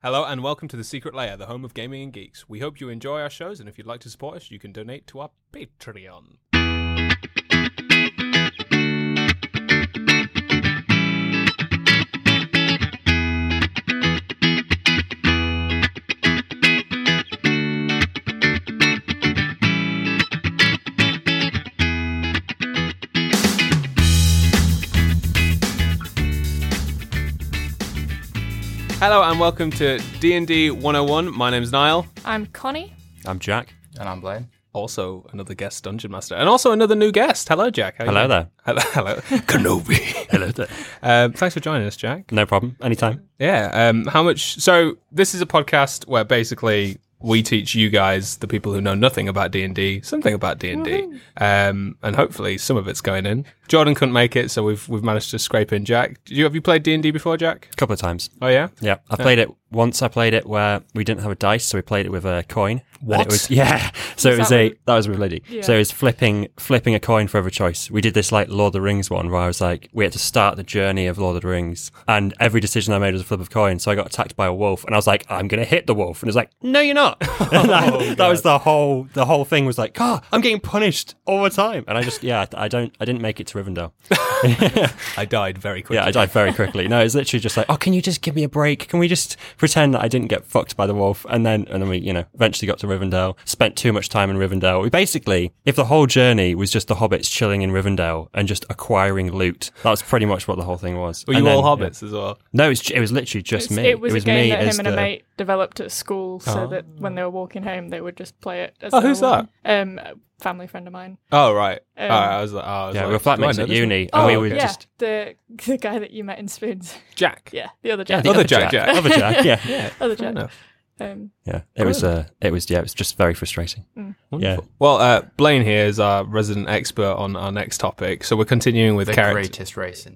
Hello and welcome to The Secret Layer, the home of gaming and geeks. We hope you enjoy our shows, and if you'd like to support us, you can donate to our Patreon. Hello and welcome to D&D 101. My name's Niall. I'm Connie. I'm Jack. And I'm Blaine. Also, another guest dungeon master, and also another new guest. Hello, Jack. How you Hello doing? there. Hello, hello. Kenobi. Hello there. Um, thanks for joining us, Jack. No problem. Anytime. Yeah. Um, how much? So this is a podcast where basically we teach you guys, the people who know nothing about D and D, something about D and D, Um, and hopefully some of it's going in. Jordan couldn't make it, so we've we've managed to scrape in Jack. Do you have you played D and D before, Jack? A couple of times. Oh yeah. Yeah. I played it once. I played it where we didn't have a dice, so we played it with a coin. And What? it was, yeah. So it Was was that a when- that was with Liddy. Yeah. So it was flipping flipping a coin for every choice. We did this like Lord of the Rings one where I was like, we had to start the journey of Lord of the Rings, and every decision I made was a flip of coin. So I got attacked by a wolf, and I was like, I'm gonna hit the wolf, and it was like, no, you're not. And that, that was the whole the whole thing was like, God, I'm getting punished all the time, and I just yeah, I don't I didn't make it to Rivendell. I died very quickly. Yeah, I died very quickly. No, it's literally just like, oh, can you just give me a break? Can we just pretend that I didn't get fucked by the wolf? And then, and then we, you know, eventually got to Rivendell. Spent too much time in Rivendell. We basically, if the whole journey was just the hobbits chilling in Rivendell and just acquiring loot, that was pretty much what the whole thing was. Were And you then- all hobbits as well? No, it was, it was literally just It's- me. It was, a game me that as him and a the- mate developed at school so Oh. that when they were walking home, they would just play it. As Oh, they who's were walking. Um, a family friend of mine. Oh right. Um, All right. I was like, oh, I was Yeah, like, we were do I flatmates know at this uni, one? and we Oh, were okay. yeah, just- the the guy that you met in Spoons. Jack. Yeah, the other Yeah, Jack. the Other other Jack, Jack, Jack. other Jack, yeah, yeah. other Fair Jack. Um, enough. It was, uh, it was, yeah, it was just very frustrating. Wonderful. Well, uh, Blaine here is our resident expert on our next topic, so we're continuing with The character. greatest race in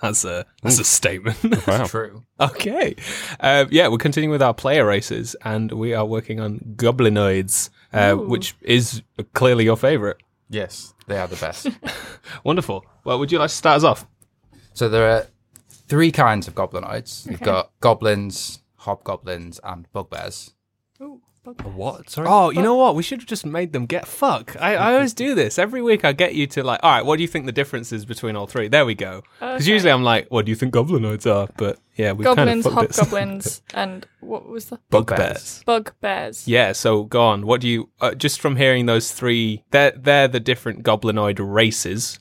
That's a that's a statement. Wow. true. Okay. Uh, yeah, we're continuing with our player races, and we are working on Goblinoids, uh, Ooh. which is clearly your favorite. Yes, they are the best. Wonderful. Well, would you like to start us off? so there are three kinds of goblinoids. You've got goblins, hobgoblins, and bugbears. What? Sorry. Oh, you know what? We should have just made them get fuck. I, I always do this. Every week I get you to like, all right, what do you think the difference is between all three? There we go. Because Okay. usually I'm like, what do you think goblinoids are? But yeah, we Goblins, kind of fucked it. hobgoblins, and what was the Bugbears. bugbears? Yeah, so go on. What do you uh, just from hearing those three? They're they're the different goblinoid races.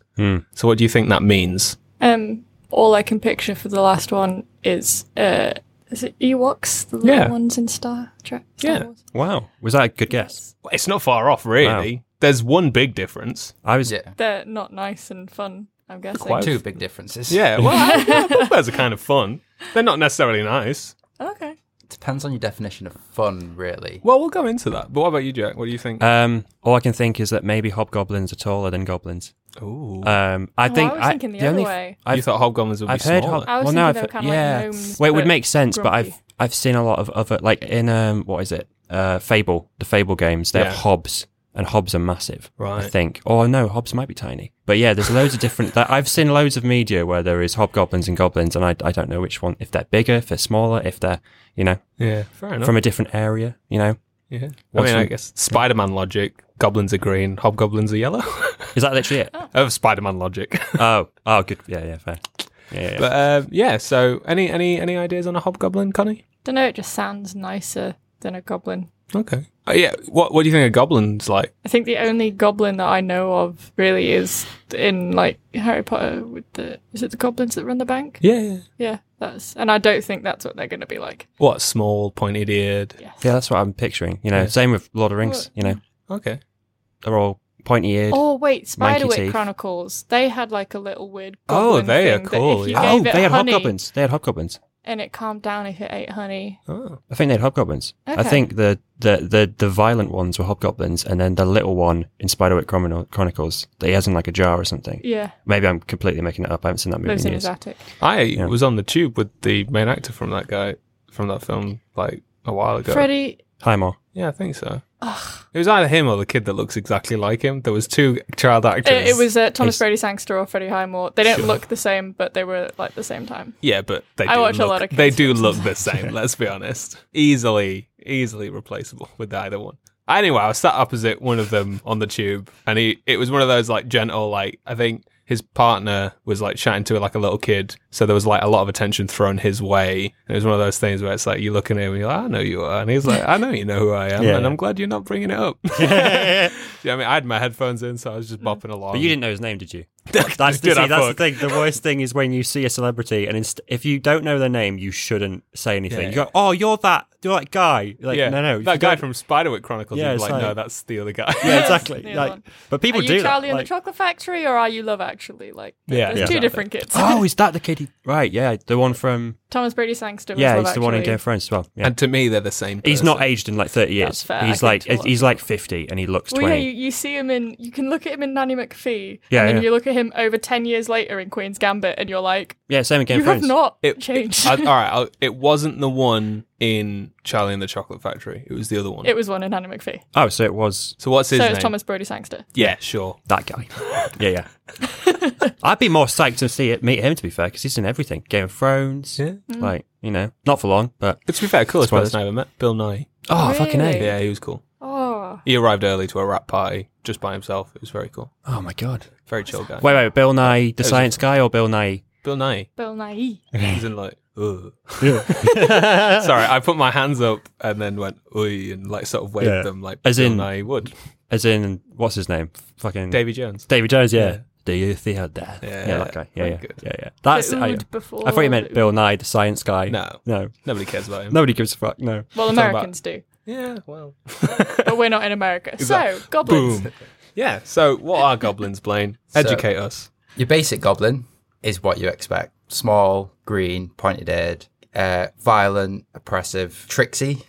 So what do you think that means? Um, all I can picture for the last one is uh, is it Ewoks, the little Yeah. ones in Star Trek? Star Yeah. Wars? Wow. Was that a good guess? Well, It's not far off, really. There's one big difference. I was, Yeah, They're not nice and fun. I'm guessing. Quite. two big differences. Yeah, well, yeah, bugbears are kind of fun. They're not necessarily nice. Okay. depends on your definition of fun, really. Well, we'll go into that. But what about you, Jack? What do you think? Um, all I can think is that maybe hobgoblins are taller than goblins. Ooh, Um, I Oh, think I was thinking the other only way. I've, you thought hobgoblins would be I've heard smaller. hob- I was well, thinking no, they I've- were kinda like yeah. gnomes, well, it would but make sense, but grumpy. I've I've seen a lot of other like in um what is it uh Fable the Fable games they Yeah. have hobs and hobs are massive. I Right. think. Or no, hobs might be tiny. But yeah, there's loads of different. That, I've seen loads of media where there is hobgoblins and goblins, and I I don't know which one if they're bigger, if they're smaller, if they're you know yeah, fair enough. from a different area. You know, yeah. I What's mean, I from- guess Spider-Man logic: goblins are green, hobgoblins are yellow. is that literally Oh. it? of Spider-Man logic. oh, oh, good. Yeah, yeah, fair. Yeah, yeah, yeah. but uh, yeah, so any any any ideas on a hobgoblin, Connie? Don't know. It just sounds nicer than a goblin. Okay. Uh, yeah. What What do you think a goblin's like? I think the only goblin that I know of really is in like Harry Potter with the is it the goblins that run the bank? Yeah. yeah. Yeah, that's and I don't think that's what they're going to be like. What small, pointed-eared? Yes. yeah, that's what I'm picturing. You know, Yeah. same with Lord of the Well, Rings. You know, Okay. they're all pointy eared. Oh wait, Manky Spiderwick teeth. Chronicles. They had like a little weird. Oh, Goblin they are thing that cool, If you yeah. Oh, gave it Oh, they had honey hobgoblins. They had hobgoblins. and it calmed down if it ate honey. Oh. I think they had hobgoblins. I Okay. think the, the, the, the violent ones were hobgoblins, and then the little one in Spiderwick Chrono- Chronicles that he has in like a jar or something. Yeah, Maybe I'm completely making it up. I haven't seen that movie lives in in his years. attic. I was on the tube with the main actor from that guy from that film like a while ago. Freddy Highmore. Yeah, I think so. It was either him or the kid that looks exactly like him. There was two child actors. It, it was uh, Thomas He's- Brady Sangster or Freddie Highmore. They didn't look the same, but they were like the same time. Yeah, but they I do watch a look, lot of they kids do look the same. Let's be honest, easily, easily replaceable with either one. Anyway, I was sat opposite one of them on the tube, and he it was one of those like gentle, like I think his partner was like chatting to like a little kid, so there was like a lot of attention thrown his way. And it was one of those things where it's like you look at him and you're like, I know you are, and he's like, I know you know who I am, Yeah. and I'm glad you're not bringing it up. yeah, I mean, I had my headphones in, so I was just bopping along. But you didn't know his name, did you? That's That's, good, the, I see, that's the fuck. thing. The worst thing is when you see a celebrity, and inst- if you don't know their name, you shouldn't say anything. Yeah. You go, "Oh, you're that, you're that guy." Like, yeah, no, no, if you that guy don't- from Spiderwick Chronicles. Yeah, Yeah, it's like, like- no, that's the other guy. Yeah, Yes, exactly. the other Like, one. but people are do you Charlie that. in like- the Chocolate Factory or are you Love Actually? Like, Yeah, there's yeah. two different kids. oh, is that the kid? He- right, yeah, the one from Thomas Brady Sangster. Was yeah, Love he's the one in Actually. Game of Thrones as well. Yeah. And to me, they're the same. he's not person. aged in like thirty That's years. fair, I He's can like tell that. he's like fifty, and he looks Well, yeah, twenty. you, you see him in. You can look at him in Nanny McPhee, Yeah, and then yeah. you look at him over ten years later in Queen's Gambit, and you're like, yeah, same in Game you of Thrones. have not It- changed. I- all right, I'll, it wasn't the one in Charlie and the Chocolate Factory. It was the other one. it was one in Nanny McPhee. oh, so it was so what's his So name? it's Thomas Brody Sangster. Yeah, sure. that guy. yeah, yeah. I'd be more psyched to see it, meet him to be fair, because he's in everything. Game of Thrones. Yeah. Mm. Like you know, not for long, but But to be fair, coolest Spoilers. person I ever met, Bill Nye. oh, fucking Really? a. Yeah, he was cool. Oh, He arrived early to a rap party just by himself. It was very cool. Oh my god. Very chill guy. Wait, wait, Bill Nye, the science guy, or Bill Nye? Bill Nye. Bill Nye. He's in like, ugh. Sorry, I put my hands up and then went, oi, and like sort of waved Yeah. them like As Bill in- Nye would. As in, what's his name? Fucking Davy Jones. David Jones, yeah. Yeah. Do you feel that? Yeah, Yeah, that guy. Yeah, very yeah, good. yeah, yeah. That's. The I, Ood before I thought you meant the- Bill Nye, the science guy. No, no, nobody cares about him. nobody gives a fuck. No. Well, talking about- Americans do, Yeah, well. but we're not in America. so Exact- goblins. Boom. Yeah, so what are goblins, Blaine? Educate us. Your basic goblin is what you expect: small, green, pointed-eared, uh, violent, oppressive, tricksy.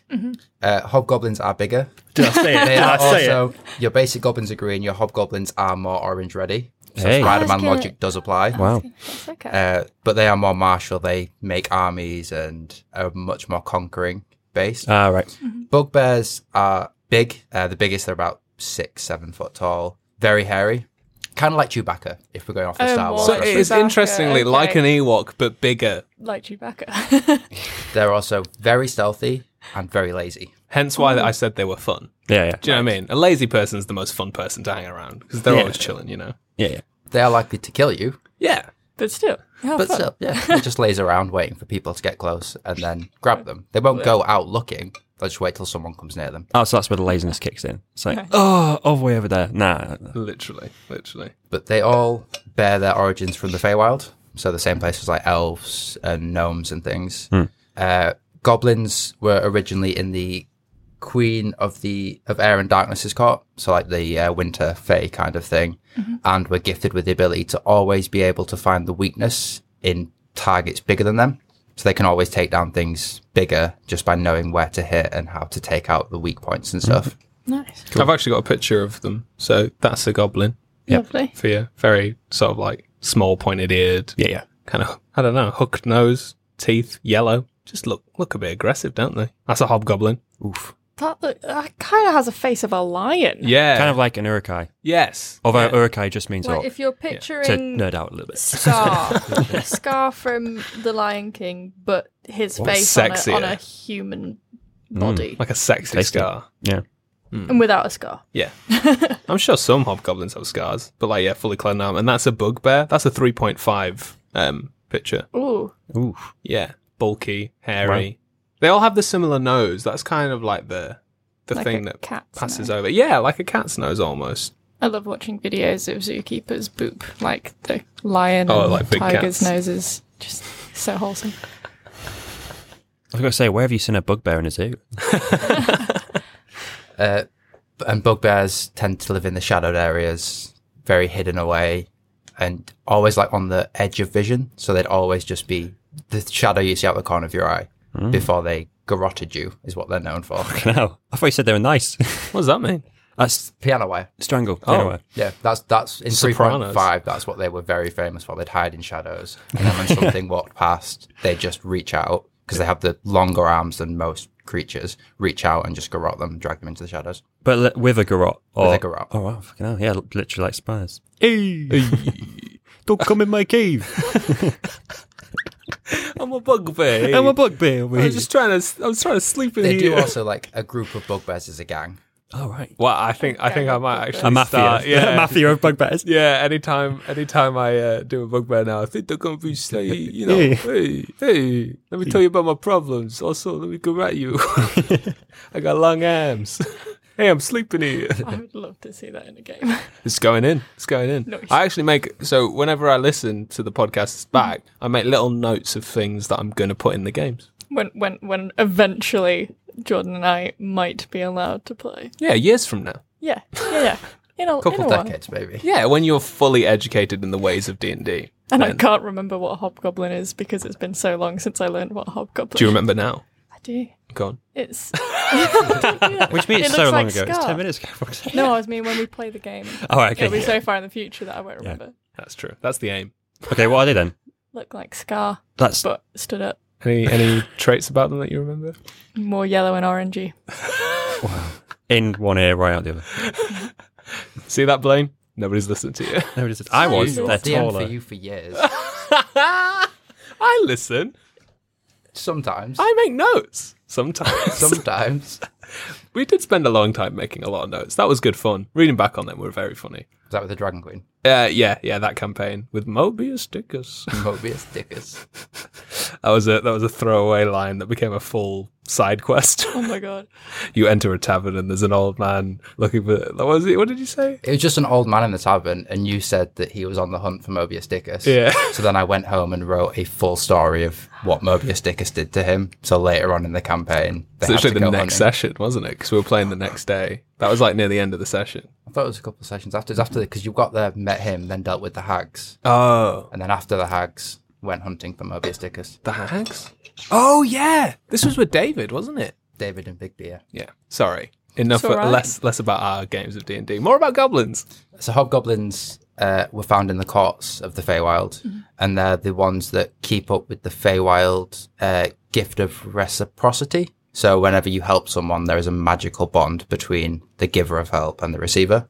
Uh, hobgoblins are bigger. Did I say it? They are also your basic goblins are green. Your hobgoblins are more orange ready. So Hey. Spider I was Man gonna- logic does apply. Wow. That's okay. Uh, but they are more martial. They make armies and are much more conquering based. Uh, Ah, right. Bugbears are big. Uh, the biggest they're about six, seven foot tall. Very hairy, kind of like Chewbacca. If we're going off the Oh, Star more Wars, So Chewbacca, it reference. is interestingly okay. like an Ewok but bigger. like Chewbacca. they're also very stealthy and very lazy. Hence why I said they were fun. Yeah, yeah, Do you know what I mean? A lazy person's the most fun person to hang around because they're Yeah. always chilling. You know. yeah, yeah. They are likely to kill you, Yeah. but still, how but fun. still, yeah, they just lays around waiting for people to get close and then grab them. They won't go out looking. They'll just wait till someone comes near them. Oh, so that's where the laziness kicks in. It's like, oh, all the way over there. Nah. Literally. Literally. But they all bear their origins from the Feywild, so the same places like elves and gnomes and things. Uh, goblins were originally in the Queen of the of Air and Darkness's court, so like the uh, Winter Fey kind of thing, and were gifted with the ability to always be able to find the weakness in targets bigger than them. So they can always take down things bigger just by knowing where to hit and how to take out the weak points and stuff. Nice. I've actually got a picture of them. So that's a goblin Lovely. for you. Very sort of like small, pointed-eared, Yeah, yeah. kind of I don't know, hooked nose, teeth, yellow. Just look look a bit aggressive, don't they? That's a hobgoblin. Oof. That, look, that kind of has a face of a lion. Yeah. Kind of like an urukai. Yes. Although Yeah. urukai just means Like orc. if you're to picturing nerd out a little bit. Scar, Scar from The Lion King, but his face on a, on sexier. Mm, a human body like a sexy Tasty. scar. Yeah. and without a scar. Yeah. I'm sure some hobgoblins have scars, but like, yeah, fully clothed now. And that's a bugbear. That's a 3.5 um, picture. Ooh, Oof. Yeah. Bulky, hairy. They all have the similar nose. That's kind of like the the like thing a that cat's passes nose. over. Yeah, like a cat's nose almost. I love watching videos of zookeepers boop like the lion Oh, and like big tiger's cats. noses. Just so wholesome. I was going to say, where have you seen a bugbear in a zoo? Uh, and bugbears tend to live in the shadowed areas, very hidden away, and always like on the edge of vision. So they'd always just be the shadow you see out the corner of your eye Mm. before they garroted you, is what they're known for. No. I thought you said they were nice. What does that mean? that's Piano wire. strangle. Oh. Anyway. Yeah, that's that's in three Sopranos. point five. That's what they were very famous for. They'd hide in shadows, and then when something walked past, they'd just reach out because they have the longer arms than most creatures, reach out and just garrot them, drag them into the shadows. But li- with a garrot. Or, With a garrot. Oh, wow. Fucking hell. Yeah, li- literally like spiders. Don't come in my cave. I'm a bugbear. I'm a bugbear. I was just trying to. I was trying to sleep in They here. do also like a group of bugbears as a gang. oh, right. well, I think I think I might actually A mafia. start. yeah. Yeah, a mafia of bugbears. Yeah, anytime, anytime I uh, do a bugbear now, I think they're gonna be say, you know, Yeah. hey, hey, let me tell you about my problems. Also, let me go at you. I got long arms. hey, I'm sleeping here. I would love to see that in a game. It's going in. It's going in. Nice. I actually make so whenever I listen to the podcasts back, I make little notes of things that I'm gonna put in the games. when when when eventually Jordan and I might be allowed to play. Yeah, years from now. Yeah, yeah, yeah. In a, in couple a while. decades, maybe. Yeah, when you're fully educated in the ways of D and D. And I Then- can't remember what a hobgoblin is because it's been so long since I learned what a hobgoblin. Do you remember now? I do. Go on. It's Which means It it's so looks long like ago. It's Scar. 10 minutes ago. for fuck's sake. no. I mean when we play the game, All right, okay. it'll be so far in the future that I won't remember. That's true. That's the aim. Okay, what are they then? Look like Scar, That's but stood up, Any any traits about them that you remember? more yellow and orangey. in one ear, right out the other. See that, Blaine? Nobody's listening to you. No, it isn't. I was. Jesus. They're DM taller. for you for years. I listen. Sometimes. I make notes. Sometimes. Sometimes. Is we did spend a long time making a lot of notes. That was good fun. Reading back on them were very funny. that with the Dragon Queen? Uh, yeah, yeah, that campaign with Mobius stickers. Mobius Dickers. That was a that was a throwaway line that became a full side quest. Oh my god! you enter a tavern and there's an old man looking for. What was it? What did you say? It was just an old man in the tavern, and you said that he was on the hunt for Mobius Dickers. Yeah. So then I went home and wrote a full story of what Mobius Dickers did to him. So later on in the campaign, they It's had to literally the go next hunting. session, wasn't it? Because we were playing the next day. That was like near the end of the session. I thought it was a couple of sessions after. It's after because you got there, met him, then dealt with the hags, Oh, and then after the hags, went hunting for Mobius Dickers. the hags. Oh yeah, this was with David, wasn't it? David and Big Beer. Yeah. Sorry. Enough. It's all right. Less less about our games of D and D. More about goblins. So hobgoblins uh, were found in the courts of the Feywild, and they're the ones that keep up with the Feywild uh, gift of reciprocity. So whenever you help someone, there is a magical bond between the giver of help and the receiver.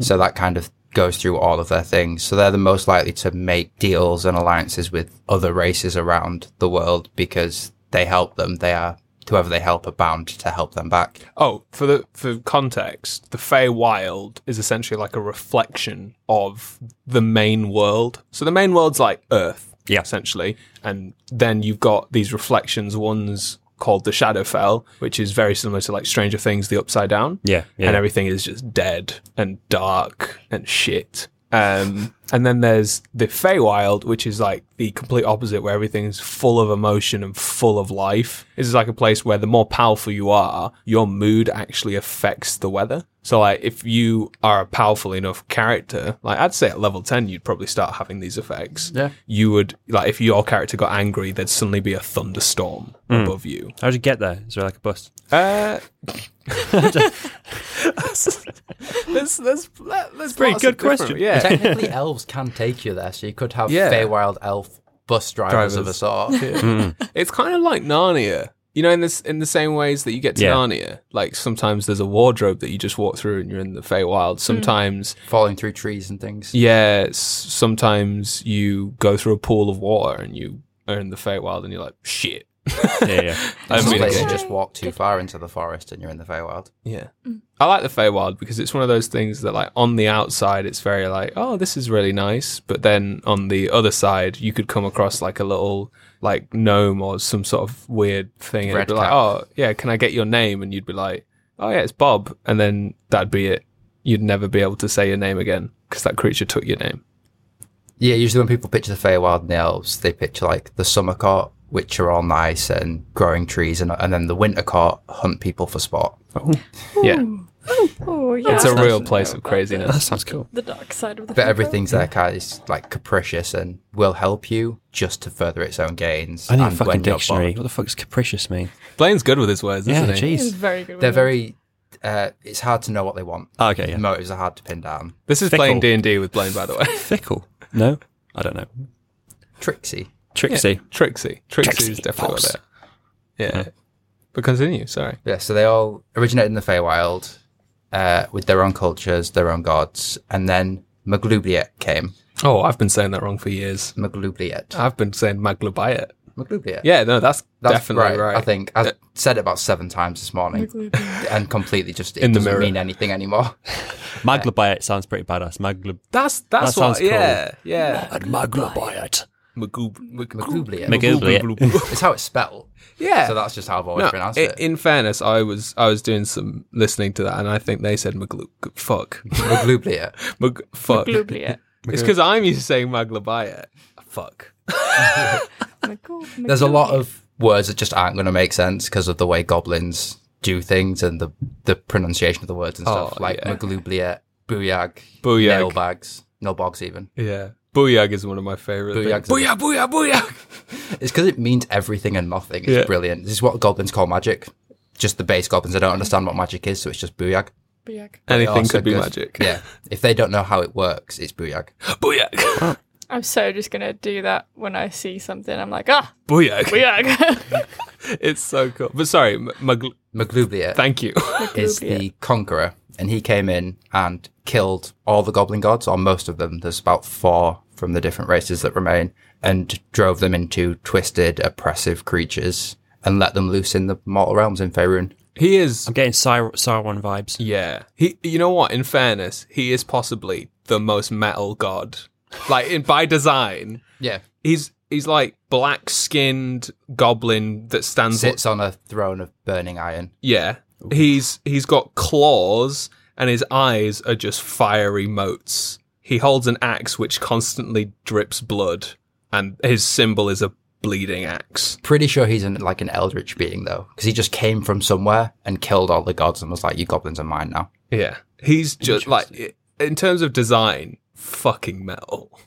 So that kind of goes through all of their things. So they're the most likely to make deals and alliances with other races around the world because they help them. They are whoever they help are bound to help them back. Oh, for the for context, the Fey Wild is essentially like a reflection of the main world. So the main world's like Earth, Yeah. essentially, and then you've got these reflections. One's called the Shadowfell, which is very similar to like Stranger Things, the Upside Down. Yeah, yeah. and everything is just dead and dark and shit. Um, and then there's the Feywild, which is like the complete opposite, where everything is full of emotion and full of life. This is like a place where the more powerful you are, your mood actually affects the weather. So, like, if you are a powerful enough character, like I'd say at level ten, you'd probably start having these effects. Yeah. you would like if your character got angry, there'd suddenly be a thunderstorm above you. How'd you get there? Is there like a bus? Uh, there's, there's, there's Pretty lots good of different- question. Yeah. Technically, elves can take you there, so you could have Yeah. Feywild elf bus drivers, of a Drivers. sort. Mm. it's kind of like Narnia. You know, in this in the same ways that you get to Yeah. Narnia, like sometimes there's a wardrobe that you just walk through and you're in the Feywild. Sometimes, Falling through trees and things. yeah, s- sometimes you go through a pool of water and you are in the Feywild and you're like, shit. Yeah, yeah. I Some mean, places you it's- just walk too far into the forest and you're in the Feywild. Yeah. I like the Feywild because it's one of those things that, like, on the outside, it's very like, oh, this is really nice. But then on the other side, you could come across like a little, like, gnome or some sort of weird thing. And it'd Red be like, cap. oh, yeah, can I get your name? And you'd be like, oh, yeah, it's Bob. And then that'd be it. You'd never be able to say your name again because that creature took your name. Yeah, usually when people picture the Feywild and the elves, they picture like the summer court, which are all nice and growing trees, and, and then the winter court hunt people for sport. Yeah. Oh yeah, It's a real place of craziness. That sounds cool. the dark side of the. But people. everything's there, kind is like capricious and will help you just to further its own gains. I need a and fucking when you're dictionary. bored. What the fuck does capricious mean? Blaine's good with his words, Yeah, isn't he? It's jeez. very good. with They're them. very. Uh, it's hard to know what they want. Oh, okay, yeah. Motives are hard to pin down. This is Fickle. playing D&D with Blaine, by the way. Fickle. No? I don't know. Trixie. Trixie. Trixie. Trixie is Trixie definitely what Fox. it Yeah. But continue, sorry. Yeah, so they all originated in the Feywild uh, with their own cultures, their own gods, and then Maglubliet came. Oh, I've been saying that wrong for years. Maglubliet. I've been saying Maglubiate. Maglubliet. Ah. Yeah, no, that's, That's definitely right. I think I said it about seven times this morning and completely just it In the doesn't mirror. mean anything anymore. Maglubiate sounds pretty badass. Maglub. That's that's That what sounds cool. yeah, yeah. Maglubiate. Magoob Maglubliet. Maglubliet. It's how it's spelled. Yeah. So that's just how I've always no, pronounced i- it. in fairness, I was I was doing some listening to that, and I think they said Maglub. Fuck, Maglubliet. Mag, fuck. Glublia. It's because I'm used to saying Maglubaya. Fuck. "Oh, There's a lot of words that just aren't going to make sense because of the way goblins do things and the, the pronunciation of the words and stuff, Oh, like yeah. Maglubliet, Booyag, Booyag. nail bags, no bogs even. Yeah. Booyag is one of my favorite. Booyag's things. Booyah, booyah, booyah. It's because it means everything and nothing. It's Yeah. brilliant. This is what goblins call magic. Just the base goblins. They don't understand what magic is, so it's just Booyag. They are Anything so could be good. magic. Yeah. If they don't know how it works, it's Booyag. Booyag. I'm so just gonna do that when I see something. I'm like, ah, Booyag. Booyag. It's so cool. But sorry, M- Magl- Maglubliet thank you. is the conqueror, and he came in and killed all the goblin gods, or most of them. There's about four from the different races that remain, and drove them into twisted, oppressive creatures and let them loose in the mortal realms in Faerun. he is. I'm getting Sar- Sauron vibes. Yeah. He. You know what? In fairness, he is possibly the most metal god. Like in by design, Yeah. he's he's like black skinned goblin that stands. Sits on a throne of burning iron. Yeah. He's he's got claws and his eyes are just fiery motes. He holds an axe which constantly drips blood and his symbol is a bleeding axe. Pretty sure he's an, like an eldritch being though, because he just came from somewhere and killed all the gods and was like, "You goblins are mine now." Yeah. He's just like i- in terms of design, fucking metal.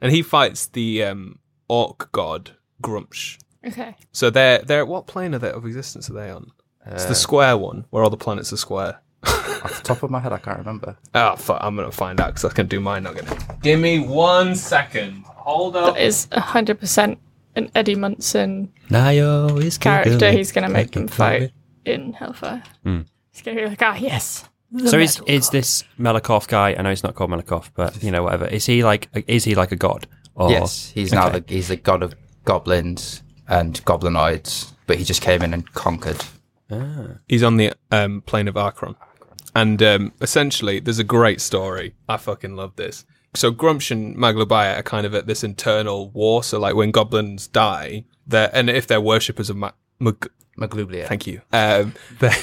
and he fights the um orc god Grumsh. okay. So they're they're what plane are they of existence are they on? it's the square one where all the planets are square. Off the top of my head, I can't remember. Oh, fuck, I'm gonna find out because I can do mine. Not gonna. Give me one second. Hold up. That is hundred percent an Eddie Munson Nayo is character. He's gonna make him fight in Hellfire. Hmm. He's gonna be like, ah, yes. the So is metal is god." this Melikov guy? I know it's not called Melikov, but you know whatever. Is he like is he like a god? Or Yes, he's now the he's the god of goblins and goblinoids, but he just came in and conquered. He's on the um, plane of Akron. And um, essentially, there's a great story. I fucking love this. So Grumsh and Maglubaya are kind of at this internal war. So like when goblins die, they're, and if they're worshippers of Ma- Mag- Maglublia. Thank you. Um, they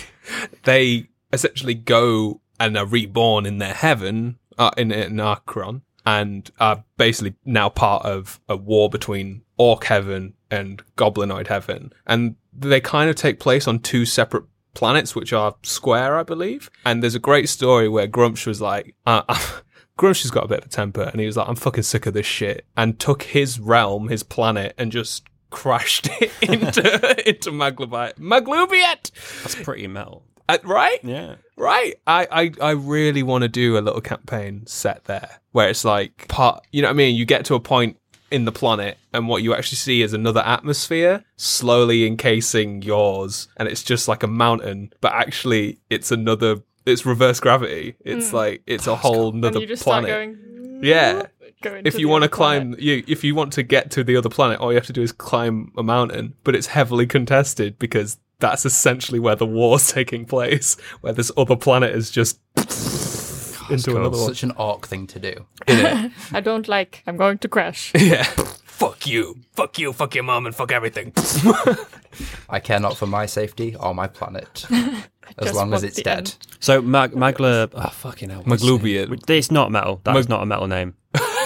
they essentially go and are reborn in their heaven uh, in, in Archon and are basically now part of a war between Orc Heaven and Goblinoid Heaven, and they kind of take place on two separate planets, which are square, I believe. And there's a great story where Grumsh was like. Uh, Grumsh has got a bit of a temper, and he was like, "I'm fucking sick of this shit," and took his realm, his planet, and just crashed it into into Maglubite. Maglubiat, That's pretty metal. Uh, right? Yeah. Right. I I, I really want to do a little campaign set there where it's like part. You know what I mean? You get to a point in the planet, and what you actually see is another atmosphere slowly encasing yours, and it's just like a mountain, but actually it's another. It's reverse gravity. It's like it's a whole Hmm. And nother you just planet. start going. Yeah. Go into if you the want to other planet. climb, you, if you want to get to the other planet, all you have to do is climb a mountain. But it's heavily contested because that's essentially where the war's taking place, where this other planet is just into another one. Such an orc thing to do. I don't like. I'm going to crash. Yeah. fuck you. Fuck you. Fuck your mom and fuck everything. I care not for my safety or my planet, as just long as want it's the dead. end. So Mag- Magla, oh fucking hell, what's his Maglubiate. name? It's not metal. That's not a metal name.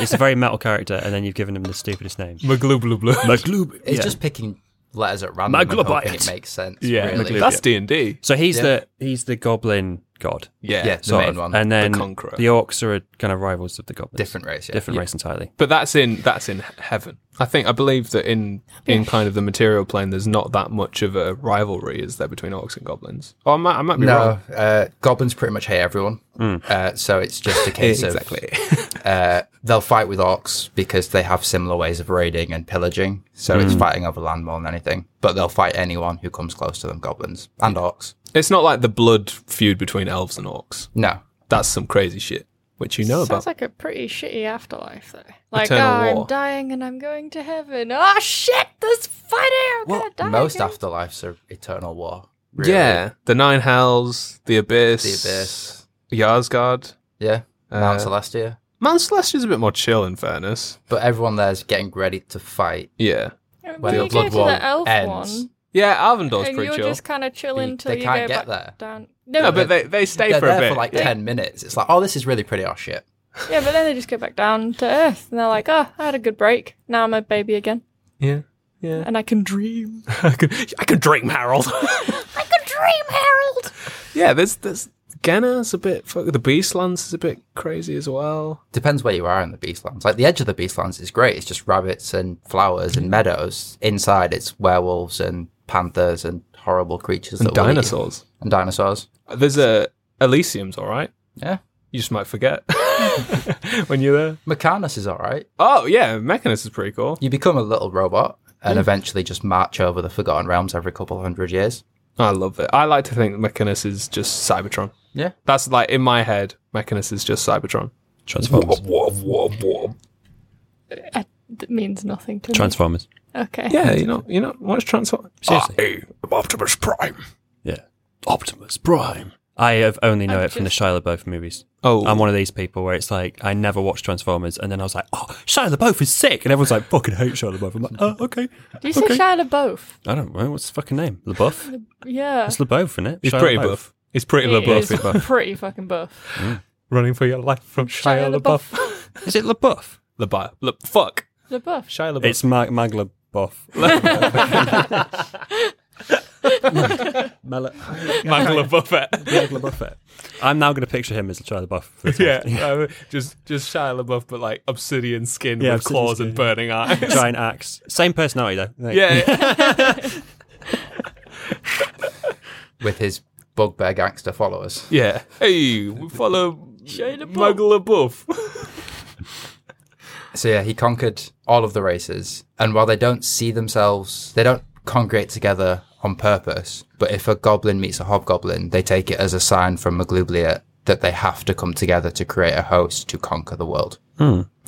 It's a very metal character, and then you've given him the stupidest name. Maglublublub. Maglub. It's just picking letters at random and hoping Maglubiate. it makes sense. Yeah. really. That's D and D. So he's Yeah. the he's the goblin god. Yeah. Yeah. The sort main of. one, and then the, conqueror. orcs are kind of rivals of the goblins. different race. Yeah. different race entirely. But that's in that's in heaven. I think I believe that in in kind of the material plane, there's not that much of a rivalry, is there, between orcs and goblins? Oh, I might, I might be wrong. No, uh, goblins pretty much hate everyone. Hmm. Uh, so it's just a case exactly. of uh, they'll fight with orcs because they have similar ways of raiding and pillaging. So Hmm. it's fighting over land more than anything. But they'll fight anyone who comes close to them, goblins and orcs. It's not like the blood feud between elves and orcs. No, That's some crazy shit, which you know Sounds about. like a pretty shitty afterlife, though. Like, oh, Eternal I'm war. dying and I'm going to heaven. Oh shit! There's fighting. I'm Well, gonna die. most again. afterlives are eternal war. really. Yeah, the Nine Hells, the Abyss, the abyss. Yarsgard. Yeah, Mount Uh, Celestia. Mount Celestia's a bit more chill, in fairness. But everyone there's getting ready to fight. Yeah, And when when the you blood go to war the elf ends. one, yeah. Arvindor's and pretty you're chill. just kind of chilling till They you go can't back get there. down. No, No, but but they, they stay They're for a there bit. for like yeah. ten minutes. It's like, oh, this is really pretty. Oh shit. yeah, but then they just go back down to earth, and they're like, "Oh, I had a good break. Now I'm a baby again, Yeah, yeah. and I can dream." I can, I can dream, Harold. I can dream, Harold. yeah, there's there's Genna's a bit. Fuck, the Beastlands is a bit crazy as well. Depends where you are in the Beastlands. Like the edge of the Beastlands is great. It's just rabbits and flowers and meadows. Inside, it's werewolves and panthers and horrible creatures And that will eat you. dinosaurs. and dinosaurs. There's a Elysium's all right. Yeah, You just might forget when you're there. Mechanus is all right. Oh yeah, Mechanus is pretty cool. You become a little robot Hmm. and eventually just march over the Forgotten Realms every couple hundred years. I love it. I like to think Mechanus is just Cybertron. Yeah, That's like in my head. Mechanus is just Cybertron. Transformers. That means nothing Mm-hmm. to Transformers. me. Okay. Yeah, you know, you know, what's Transform? Seriously. Ah, eh, Optimus Prime. Yeah. Optimus Prime. I have only know I'm it from the just- Shia LaBeouf movies. Oh. I'm one of these people where it's like I never watched Transformers, and then I was like, "Oh, Shia LaBeouf is sick," and everyone's like, "Fucking hate Shia LaBeouf." I'm like, "Oh, okay." Do you say Okay. Shia LaBeouf? I don't know what's his fucking name. LaBeouf. Yeah. It's LaBeouf, isn't it? He's Shia pretty buff. He's pretty He is LaBeouf. pretty fucking buff. Running for your life from Shia Shia LaBeouf. Is it LaBeouf? LaBeouf. La- fuck. LaBeouf. Shia LaBeouf. It's Mag, Mag LaBeouf. Mal- Michael LaBeouf. eh? Mag LaBuffet. I'm now going to picture him as Shia LaBeouf. For this Yeah, one. um, just just Shia LaBeouf, but like obsidian skin Yeah, with obsidian claws skin, and burning eyes. Giant axe. Same personality though. Like, yeah, with his bugbear gangster followers. yeah. Hey, we follow Shia LaBeouf. Michael LaBeouf. So yeah, he conquered all of the races. And while they don't see themselves, they don't congregate together on purpose. But if a goblin meets a hobgoblin, they take it as a sign from Maglublia that they have to come together to create a host to conquer the world.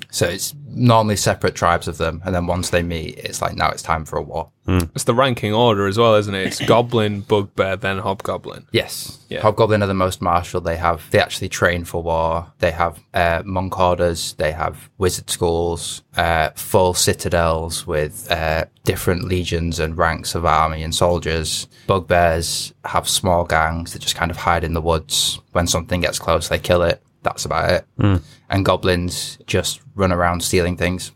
So it's normally separate tribes of them, and then once they meet, it's like now it's time for a war. It's the ranking order as well, isn't it? It's Goblin, Bugbear, then Hobgoblin. Yes. Yeah. Hobgoblin are the most martial. They have they actually train for war. They have uh, monk orders. They have wizard schools, uh, full citadels with uh, different legions and ranks of army and soldiers. Bugbears have small gangs that just kind of hide in the woods. When something gets close, they kill it. That's about it. And goblins just run around stealing things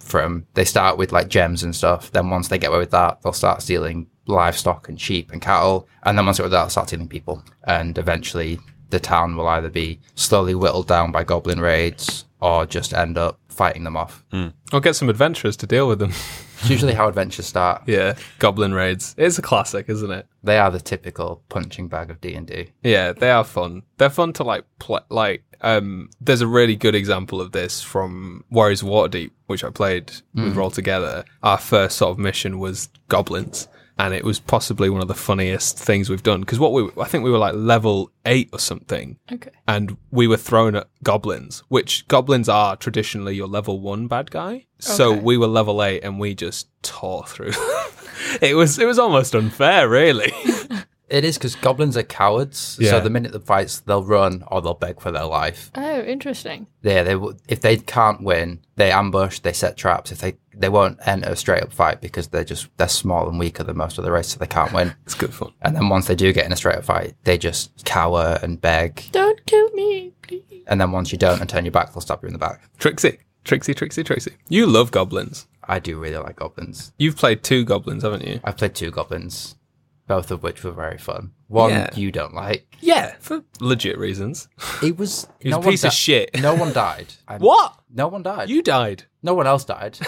from. They start with like gems and stuff. Then once they get away with that, they'll start stealing livestock and sheep and cattle. And then once they get away with that, they'll start stealing people. And eventually, the town will either be slowly whittled down by goblin raids or just end up fighting them off. I'll get some adventurers to deal with them. It's usually how adventures start. yeah, Goblin raids. It's a classic, isn't it? They are the typical punching bag of D and D. Yeah, they are fun. They're fun to like play. Like, um, there's a really good example of this from Warriors of Waterdeep, which I played with Roll Together. Our first sort of mission was goblins, and it was possibly one of the funniest things we've done because what we, I think we were like level eight or something, Okay. and we were thrown at goblins, which goblins are traditionally your level one bad guy. So Okay. we were level eight, and we just tore through. it was it was almost unfair, really. It is because goblins are cowards. Yeah. So the minute the fights, they'll run or they'll beg for their life. Oh, interesting. Yeah, they w- if they can't win, they ambush, they set traps. If they they won't enter a straight up fight because they're just they're small and weaker than most of the race, so they can't win. it's good fun. And then once they do get in a straight up fight, they just cower and beg. Don't kill me, please. And then once you don't and turn your back, they'll stab you in the back. Trixie, Trixie, Trixie, Trixie. You love goblins. I do really like goblins. You've played two goblins, haven't you? I've played two goblins, both of which were very fun. One Yeah. you don't like. Yeah, for legit reasons. It was He was a piece of shit. No one died. I- What? No one died. You died. No one else died.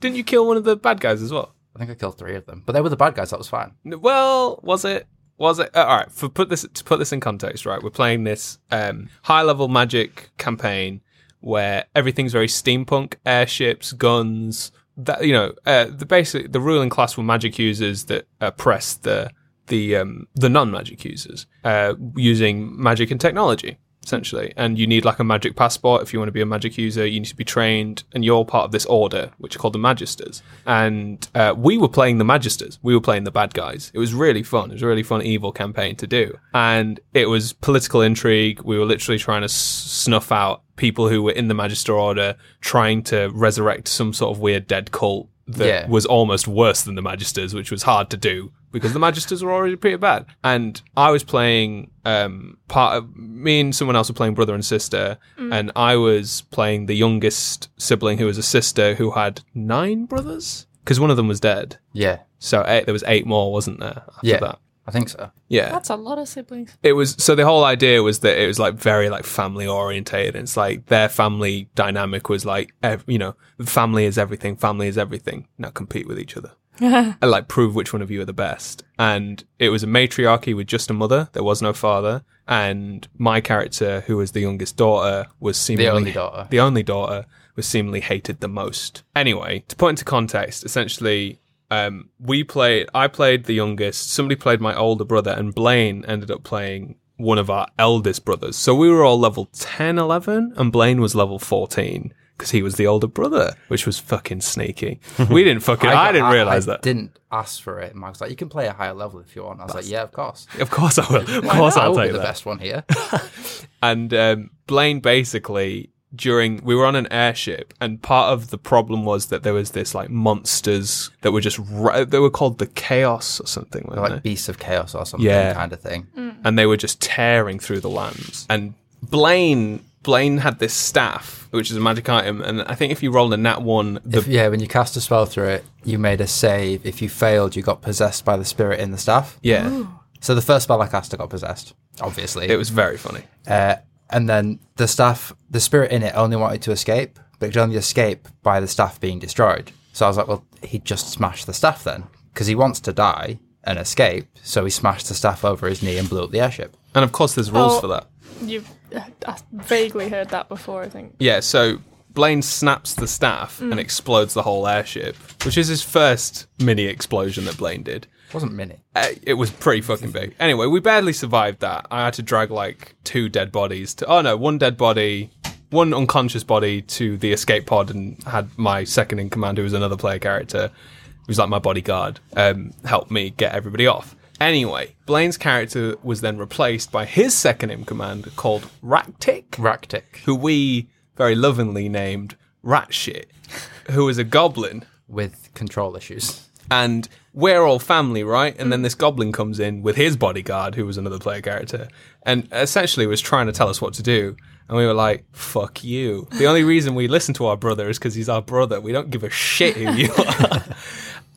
Didn't you kill one of the bad guys as well? I think I killed three of them, but they were the bad guys. That was fine. N- Well, was it? was it? uh, all right, for put this to put this in context, right? We're playing this um, high level magic campaign where everything's very steampunk, airships, guns. That you know, uh, the basic the ruling class were magic users that oppress the the um, the non magic users uh, using magic and technology essentially. And you need like a magic passport if you want to be a magic user. You need to be trained, and you're part of this order, which are called the Magisters. And uh, we were playing the Magisters. We were playing the bad guys. It was really fun. It was a really fun evil campaign to do, and it was political intrigue. We were literally trying to s- snuff out people who were in the Magister order, trying to resurrect some sort of weird dead cult that Yeah. was almost worse than the Magisters, which was hard to do because the Magisters were already pretty bad. And I was playing um, part of me and someone else were playing brother and sister, and I was playing the youngest sibling who was a sister who had nine brothers because one of them was dead. Yeah, So eight, there was eight more, wasn't there? After Yeah. that, I think so. yeah That's a lot of siblings. it was so the whole idea was that it was like very like family orientated it's like their family dynamic was like ev- you know family is everything family is everything now compete with each other and like prove which one of you are the best and it was a matriarchy with just a mother there was no father and my character who was the youngest daughter was seemingly only daughter. the only daughter was seemingly hated the most anyway to put into context essentially um, we played i played the youngest somebody played my older brother and blaine ended up playing one of our eldest brothers so we were all level 10 11 and blaine was level 14 because he was the older brother which was fucking sneaky we didn't fucking i, got- didn't realize I that Didn't ask for it. Mike's like, you can play a higher level if you want. I was like, yeah, of course. of course i will of course I i'll will be take the that best one here. and um, Blaine basically during we were on an airship and part of the problem was that there was this like monsters that were just ra- they were called the chaos or something weren't like Beasts of Chaos or something Yeah. kind of thing. they? and they were just tearing through the lands and Blaine Blaine had this staff which is a magic item and I think if you rolled a nat 1 the If- yeah, when you cast a spell through it, you made a save. If you failed, you got possessed by the spirit in the staff. yeah So the first spell I cast, I got possessed, obviously. it was very funny Uh, and then the staff, the spirit in it only wanted to escape, but it could only escape by the staff being destroyed. So I was like, well, he just smashed the staff then, because he wants to die and escape. So he smashed the staff over his knee and blew up the airship. and of course there's rules Oh. for that You've I vaguely heard that before, I think. Yeah, so Blaine snaps the staff and explodes the whole airship, which is his first mini explosion that Blaine did. wasn't mini. Uh, it was pretty fucking big. Anyway, we barely survived that. I had to drag like two dead bodies to. Oh no, one dead body, one unconscious body to the escape pod, and had my second in command, who was another player character, who's like my bodyguard, um, help me get everybody off. Anyway, Blaine's character was then replaced by his second in command called Raktik Ractic. who we very lovingly named Rat Shit, who was a goblin. With control issues. And we're all family, right? And then this goblin comes in with his bodyguard, who was another player character, and essentially was trying to tell us what to do. And we were like, fuck you. The only reason we listen to our brother is because he's our brother. We don't give a shit who you are.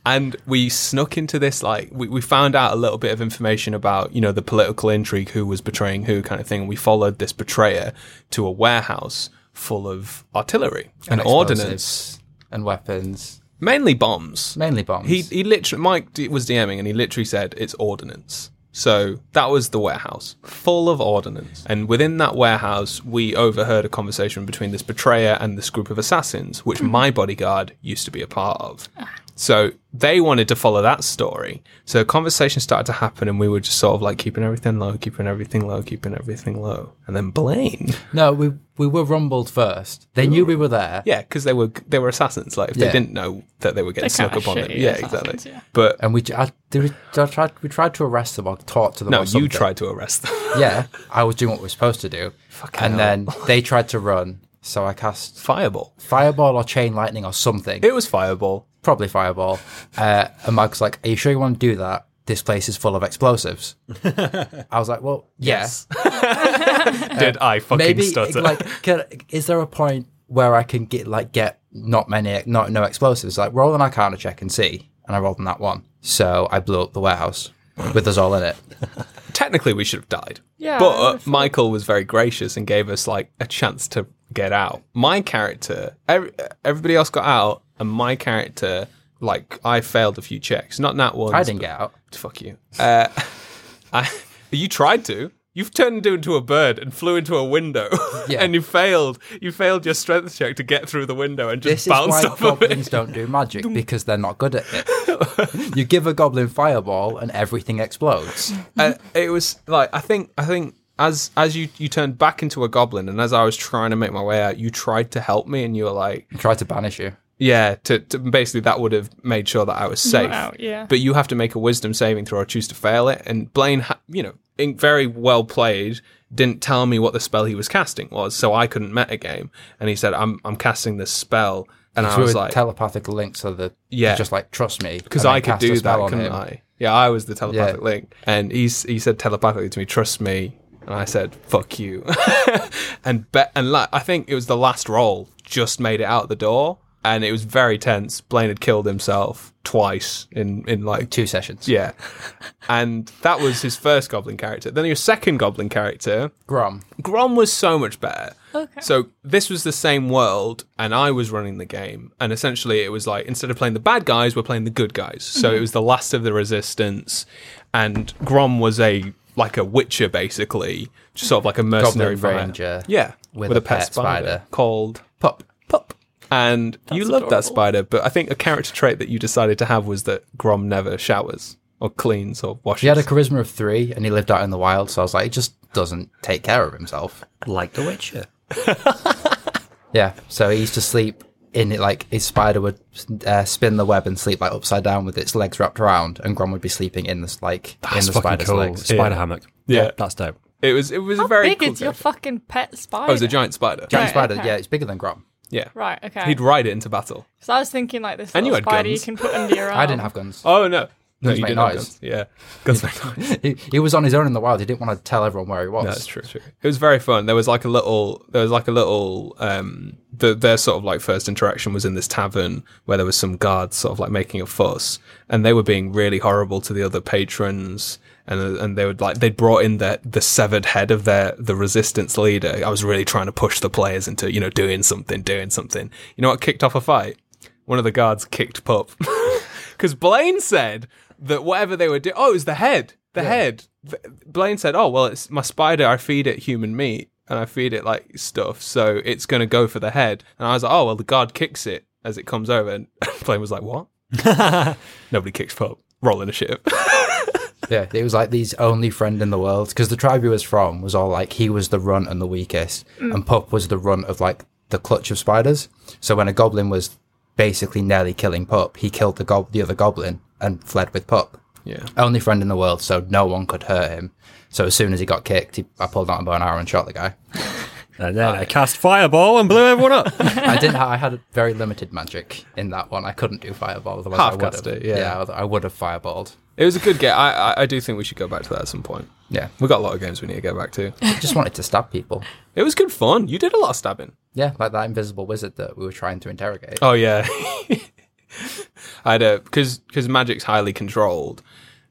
and we snuck into this, like, we, we found out a little bit of information about, you know, the political intrigue, who was betraying who kind of thing. And we followed this betrayer to a warehouse full of artillery and, explosives ordnance, And weapons. mainly bombs. Mainly bombs. He he literally Mike d- was DMing and he literally said it's ordnance. So that was the warehouse full of ordnance. And within that warehouse, we overheard a conversation between this betrayer and this group of assassins, Hmm. which my bodyguard used to be a part of. Ah. So they wanted to follow that story. So a conversation started to happen, and we were just sort of like keeping everything low, keeping everything low, keeping everything low. And then Blaine, no, we, we were rumbled first. They knew we were there. yeah, because they were they were assassins. Like if they Yeah. didn't know that they were getting They're snuck kinda up on them, shitty yeah, assassins, exactly. yeah. But And we, j- I, did we, did I tried, we tried to arrest them or talk to them. no, or you something. tried to arrest them. Yeah, I was doing what we were supposed to do. and then they tried to run, so I cast Fireball. fireball or chain lightning or something. It was Fireball. Probably fireball. Uh, and Mike's like, "Are you sure you want to do that? This place is full of explosives." I was like, "Well, yes. Did I fucking Maybe like, can, is there a point where I can get like get not many, not no explosives? Like roll an Arcana check and see." And I rolled on that one, so I blew up the warehouse with us all in it. Technically, we should have died. Yeah, I But would've Michael was very gracious and gave us like a chance to get out. My character, ev- everybody else got out, and my character, like I failed a few checks. Not that one. I didn't get out. Fuck you. I, you tried to. You've turned into a bird and flew into a window, Yeah. and you failed. You failed your strength check to get through the window and just This is why bounced off of it. goblins don't do magic because they're not good at it. you give a goblin fireball and everything explodes. and Uh, Mm-hmm. it was like I think I think as as you you turned back into a goblin, and as I was trying to make my way out, you tried to help me, and you were like, Try to banish you. "Yeah," to, to basically that would have made sure that I was safe. out, yeah. But you have to make a wisdom saving throw or choose to fail it. And Blaine, ha- you know, in very well played, didn't tell me what the spell he was casting was, so I couldn't metagame. And he said, "I'm I'm casting this spell," and I Through was a like, telepathic link so that Yeah. yeah. just like trust me. because and then I could cast a do spell that, on couldn't him. I? Yeah, I was the telepathic link, and he s- he said telepathically to me, "Trust me," and I said, "Fuck you," and be- and la- I think it was the last roll just made it out the door, and it was very tense. Blaine had killed himself twice in in like Two sessions. yeah, and that was his first goblin character. Then your second goblin character Grom. Grom was so much better. Okay. So this was the same world, and I was running the game. And essentially, it was like instead of playing the bad guys, we're playing the good guys. So Mm-hmm. it was the last of the resistance, and Grom was a like a Witcher, basically, just sort of like a mercenary Goblin from a- Ranger yeah, with a pet spider. called Pup. Pup. And you loved that adorable. spider, but I think a character trait that you decided to have was that Grom never showers or cleans or washes. He had a charisma of three and he lived out in the wild, so I was like, he just doesn't take care of himself. Like The Witcher. Yeah, so he used to sleep in it, like his spider would uh, spin the web and sleep like upside down with its legs wrapped around, and Grom would be sleeping in this like in That's the fucking spider's cool. legs. Spider hammock. Yeah. That's dope. it was it was How a very big cool is your character. fucking pet spider? Oh, it was a giant spider. Giant Right, spider, okay. yeah, it's bigger than Grom. Yeah. Right, okay. He'd ride it into battle. So I was thinking like this And you little had spider you guns. can put under your arm. I didn't have guns. Oh no. No, Guns you make didn't have noise. guns. Yeah. Guns make noise. he, he was on his own in the wild. He didn't want to tell everyone where he was. That's true. It was very fun. There was like a little there was like a little um the, their sort of like first interaction was in this tavern where there was some guards sort of like making a fuss and they were being really horrible to the other patrons and uh, and they would like they brought in the the severed head of their the resistance leader. I was really trying to push the players into, you know, doing something, doing something. You know what kicked off a fight? One of the guards kicked Pup. Because Blaine said that whatever they were doing, oh, it was the head. The head. Th- Blaine said, oh, well, it's my spider. I feed it human meat and I feed it like stuff. So it's going to go for the head. And I was like, oh, well, the guard kicks it as it comes over. And Blaine was like, what? Nobody kicks Pop. Rolling a ship. Yeah, it was like these only friend in the world because the tribe he was from was all like he was the runt and the weakest, Mm. and Pup was the runt of like the clutch of spiders. So when a goblin was basically nearly killing Pup, he killed the gob- the other goblin and fled with Pup. yeah. Only friend in the world, so no one could hurt him. So as soon as he got kicked, he, I pulled out my bow and arrow and shot the guy. And then I cast fireball and blew everyone up. I didn't. ha- I had very limited magic in that one. I couldn't do fireball. Otherwise, I would Half-cast have. it, yeah. I would have fireballed. It was a good game. I, I, I do think we should go back to that at some point. Yeah, We've got a lot of games we need to go back to. I just wanted to stab people. It was good fun. You did a lot of stabbing. Yeah, like that invisible wizard that we were trying to interrogate. Oh yeah, I had a because because magic's highly controlled.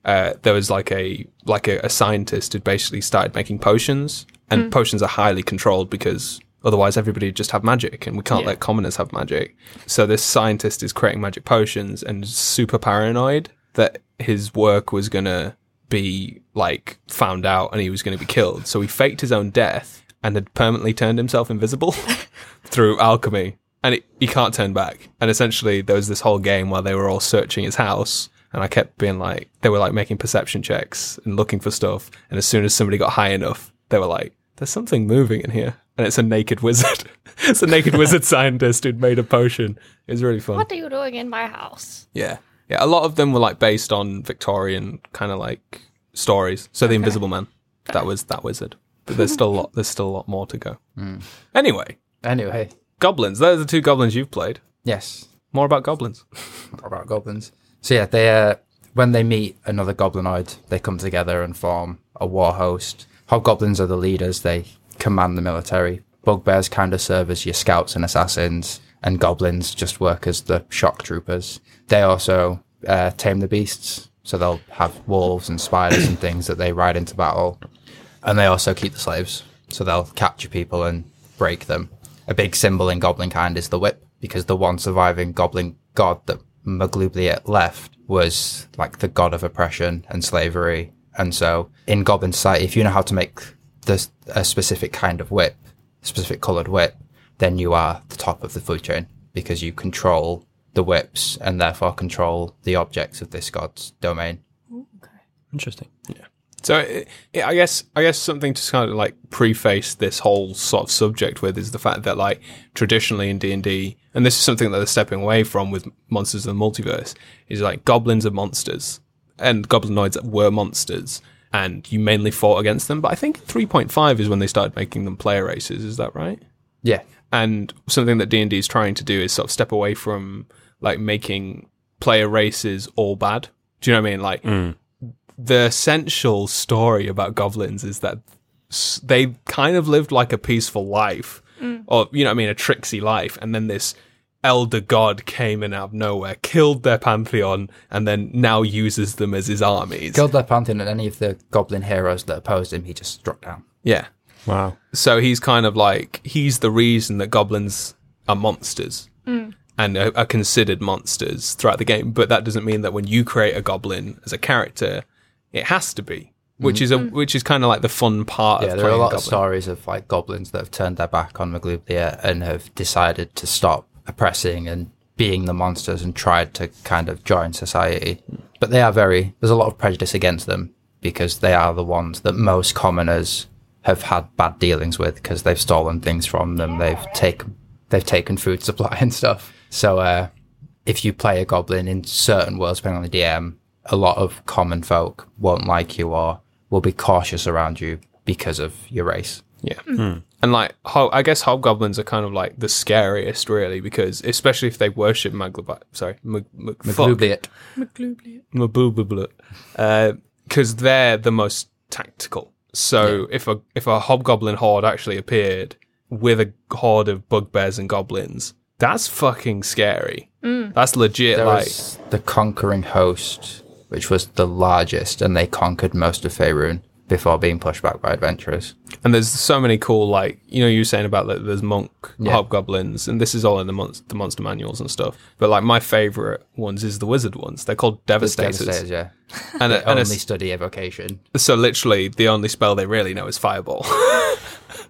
Uh, there was like a like a, a scientist who basically started making potions, and potions are highly controlled because otherwise everybody would just have magic, and we can't Yeah. let commoners have magic. So this scientist is creating magic potions and is super paranoid that his work was gonna be like found out and he was gonna be killed. So he faked his own death and had permanently turned himself invisible. through alchemy and it, he can't turn back. And essentially, there was this whole game where they were all searching his house. And I kept being like, they were like making perception checks and looking for stuff. And as soon as somebody got high enough, they were like, there's something moving in here. And it's a naked wizard. it's a naked wizard scientist who'd made a potion. It was really fun. are you doing in my house? Yeah. Yeah. A lot of them were like based on Victorian kind of like stories. So the Invisible Man, that was that wizard. But there's still a lot, there's still a lot more to go. Anyway, Anyway, goblins. Those are the two goblins you've played. yes, More about goblins. about goblins. So yeah, they uh, when they meet another goblinoid, they come together and form a war host. Hobgoblins are the leaders; they command the military. Bugbears kind of serve as your scouts and assassins, and goblins just work as the shock troopers. They also uh, tame the beasts, so they'll have wolves and spiders and things that they ride into battle. And they also keep the slaves. So they'll capture people and break them. A big symbol in goblin kind is the whip, because the one surviving goblin god that Maglubliet left was like the god of oppression and slavery And so in Goblin Society, if you know how to make this, a specific kind of whip, specific coloured whip, then you are the top of the food chain because you control the whips and therefore control the objects of this god's domain. Interesting. Yeah. So it, it, I guess I guess something to kind of like preface this whole sort of subject with is the fact that like traditionally in D and D, and this is something that they're stepping away from with Monsters of the Multiverse, is like goblins are monsters, and goblinoids were monsters, and you mainly fought against them. But I think three point five is when they started making them player races. Is that right? Yeah. and something that D&D is trying to do is sort of step away from like making player races all bad. Do you know what I mean? Like the essential story about goblins is that s- they kind of lived like a peaceful life or you know what I mean a tricksy life and then this elder god came in out of nowhere, killed their pantheon and then now uses them as his armies. Killed their pantheon and any of the goblin heroes that opposed him, he just struck down. Yeah. Wow. so he's kind of like he's the reason that goblins are monsters and are, are considered monsters throughout the game but that doesn't mean that when you create a goblin as a character it has to be which is a which is kind of like the fun part Mm-hmm. Mm. yeah, of there are a playing lot goblin. of stories of like goblins that have turned their back on Maglublia and have decided to stop oppressing and being the monsters and tried to kind of join society. But they are very there's a lot of prejudice against them because they are the ones that most commoners have had bad dealings with because they've stolen things from them, they've taken they've taken food supply and stuff. So uh, if you play a goblin in certain worlds, depending on the DM, a lot of common folk won't like you or will be cautious around you because of your race. Yeah. Mm. And like, ho- I guess hobgoblins are kind of like the scariest, really, because especially if they worship Maglubite. Sorry, Mag- Mag- Maglublit. McGloobly. Maboobablut. Because Uh, they're the most tactical. So if a if a hobgoblin horde actually appeared with a horde of bugbears and goblins, that's fucking scary. That's legit. There like was the conquering host, which was the largest, and they conquered most of Faerun before being pushed back by adventurers. And there's so many cool, like you know, you were saying about that. There's monk hobgoblins, and this is all in the, mon- the monster manuals and stuff. But like my favorite ones is the wizard ones. They're called devastators, Devastators, yeah. and, and Only it's- study evocation. so literally the only spell they really know is fireball.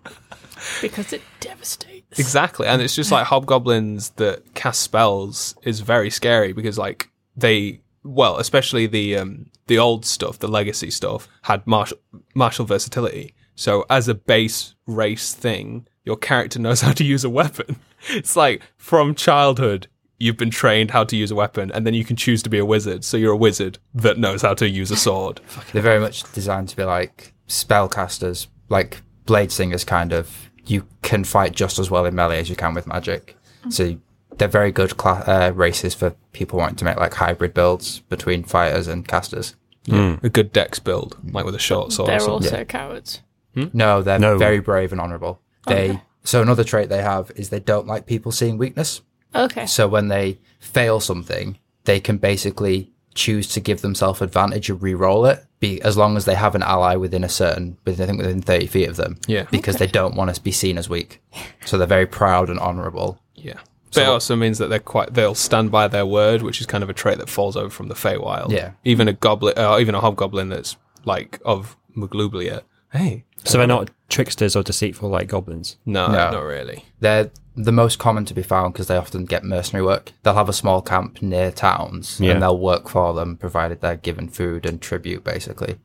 Because it devastates. Exactly. And it's just like hobgoblins that cast spells is very scary because like they well, especially the um the old stuff, the legacy stuff, had martial martial versatility. So as a base race thing, your character knows how to use a weapon. It's like from childhood you've been trained how to use a weapon and then you can choose to be a wizard. So you're a wizard that knows how to use a sword. They're very much designed to be like spellcasters, like blade singers, kind of. You can fight just as well in melee as you can with magic. So they're very good cla- uh, races for people wanting to make like hybrid builds between fighters and casters. Hmm. A good dex build, like with a short sword or They're something. also cowards. No, they're No. very brave and honourable. They so another trait they have is they don't like people seeing weakness. Okay. So when they fail something, they can basically choose to give themselves advantage or re-roll it, be, as long as they have an ally within a certain, within, I think within 30 feet of them. Yeah. Because they don't want to be seen as weak. So they're very proud and honourable. Yeah. But it also means that they're quite they'll stand by their word, which is kind of a trait that falls over from the Feywild. Yeah. Even a goblin, uh, even a hobgoblin that's like of Maglublia. Hey, So they're not tricksters or deceitful like goblins. no, No. not really. They're the most common to be found because they often get mercenary work. They'll have a small camp near towns Yeah. and they'll work for them provided they're given food and tribute, basically.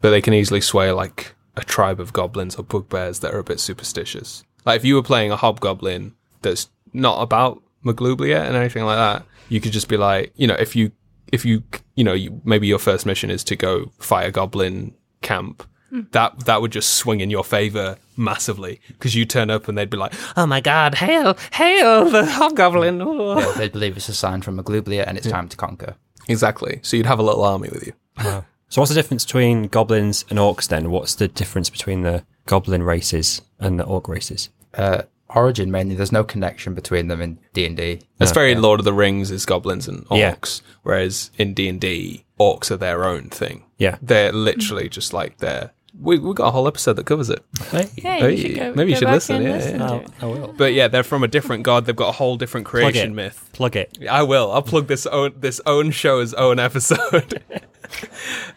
But they can easily sway like a tribe of goblins or bugbears that are a bit superstitious. Like if you were playing a hobgoblin that's not about Maglublia and anything like that, you could just be like, you know, if you if you you know you, maybe your first mission is to go fight a goblin camp. That that would just swing in your favor massively because you turn up and they'd be like, "Oh my god, hail, hail the hobgoblin!" Oh. They believe it's a sign from Maglublia and it's time to conquer. Exactly. So you'd have a little army with you. So what's the difference between goblins and orcs then? What's the difference between the goblin races and the orc races? Origin mainly, there's no connection between them in D&D. It's very Lord of the Rings is goblins and Yeah. orcs, whereas in D and D, orcs are their own thing. Yeah. they're literally just like they're. We we got a whole episode that covers it. yeah, you Hey, should go, oh, maybe you go should back listen, and yeah, listen yeah. to Oh, it. I will. But yeah, they're from a different god. They've got a whole different Plug creation it. myth. Plug it. I will. I'll plug this own this own show's own episode.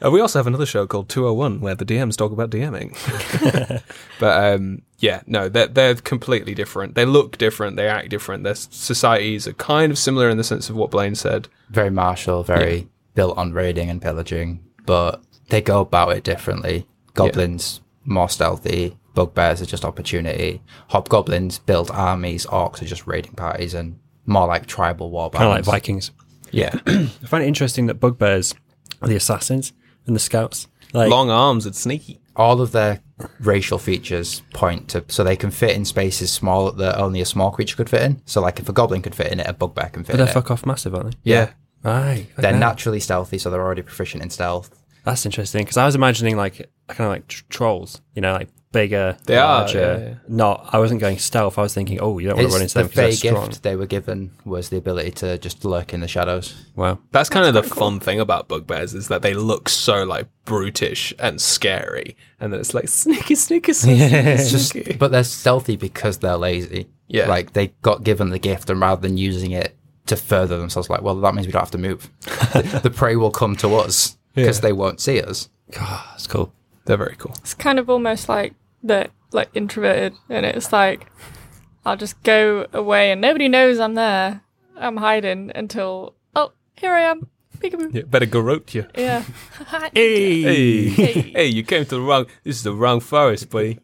Uh, we also have another show called 201 where the DMs talk about DMing. but um, yeah, no, they're, they're completely different. They look different. They act different. Their s- societies are kind of similar in the sense of what Blaine said. Very martial, very built on raiding and pillaging, but they go about it differently. Goblins more stealthy. Bugbears are just opportunity. Hobgoblins build armies. Orcs are just raiding parties and more like tribal war kind of like bands. Vikings. Yeah. I find it interesting that bugbears are the assassins and the scouts. Like, Long arms and sneaky. all of their racial features point to so they can fit in spaces small that only a small creature could fit in. So like if a goblin could fit in it, a bugbear can fit they're in it. fuck off massive, aren't they? yeah. Aye. fuck They're yeah. naturally stealthy, so they're already proficient in stealth. That's interesting because I was imagining like kind of like tr- trolls, you know, like bigger, They are, larger. yeah, yeah. Not, I wasn't going stealth. I was thinking, oh, you don't want to run It's into them the because fey they're strong. gift they were given was the ability to just lurk in the shadows. Wow. That's kind of the fun thing about bugbears is that they look so like brutish and scary, and then it's like sneaky, sneaky, sneaky. It's just, sneaky. but they're stealthy because they're lazy. Yeah. like they got given the gift, and rather than using it to further themselves, like, well, that means we don't have to move. the, the prey will come to us because they won't see us. God, that's cool. They're very cool. It's kind of almost like the like introverted, and it's like I'll just go away and nobody knows I'm there. I'm hiding until oh here I am, peekaboo. Yeah, better garrote you. Yeah. Hey. hey, Hey. you came to the wrong. This is the wrong forest, buddy.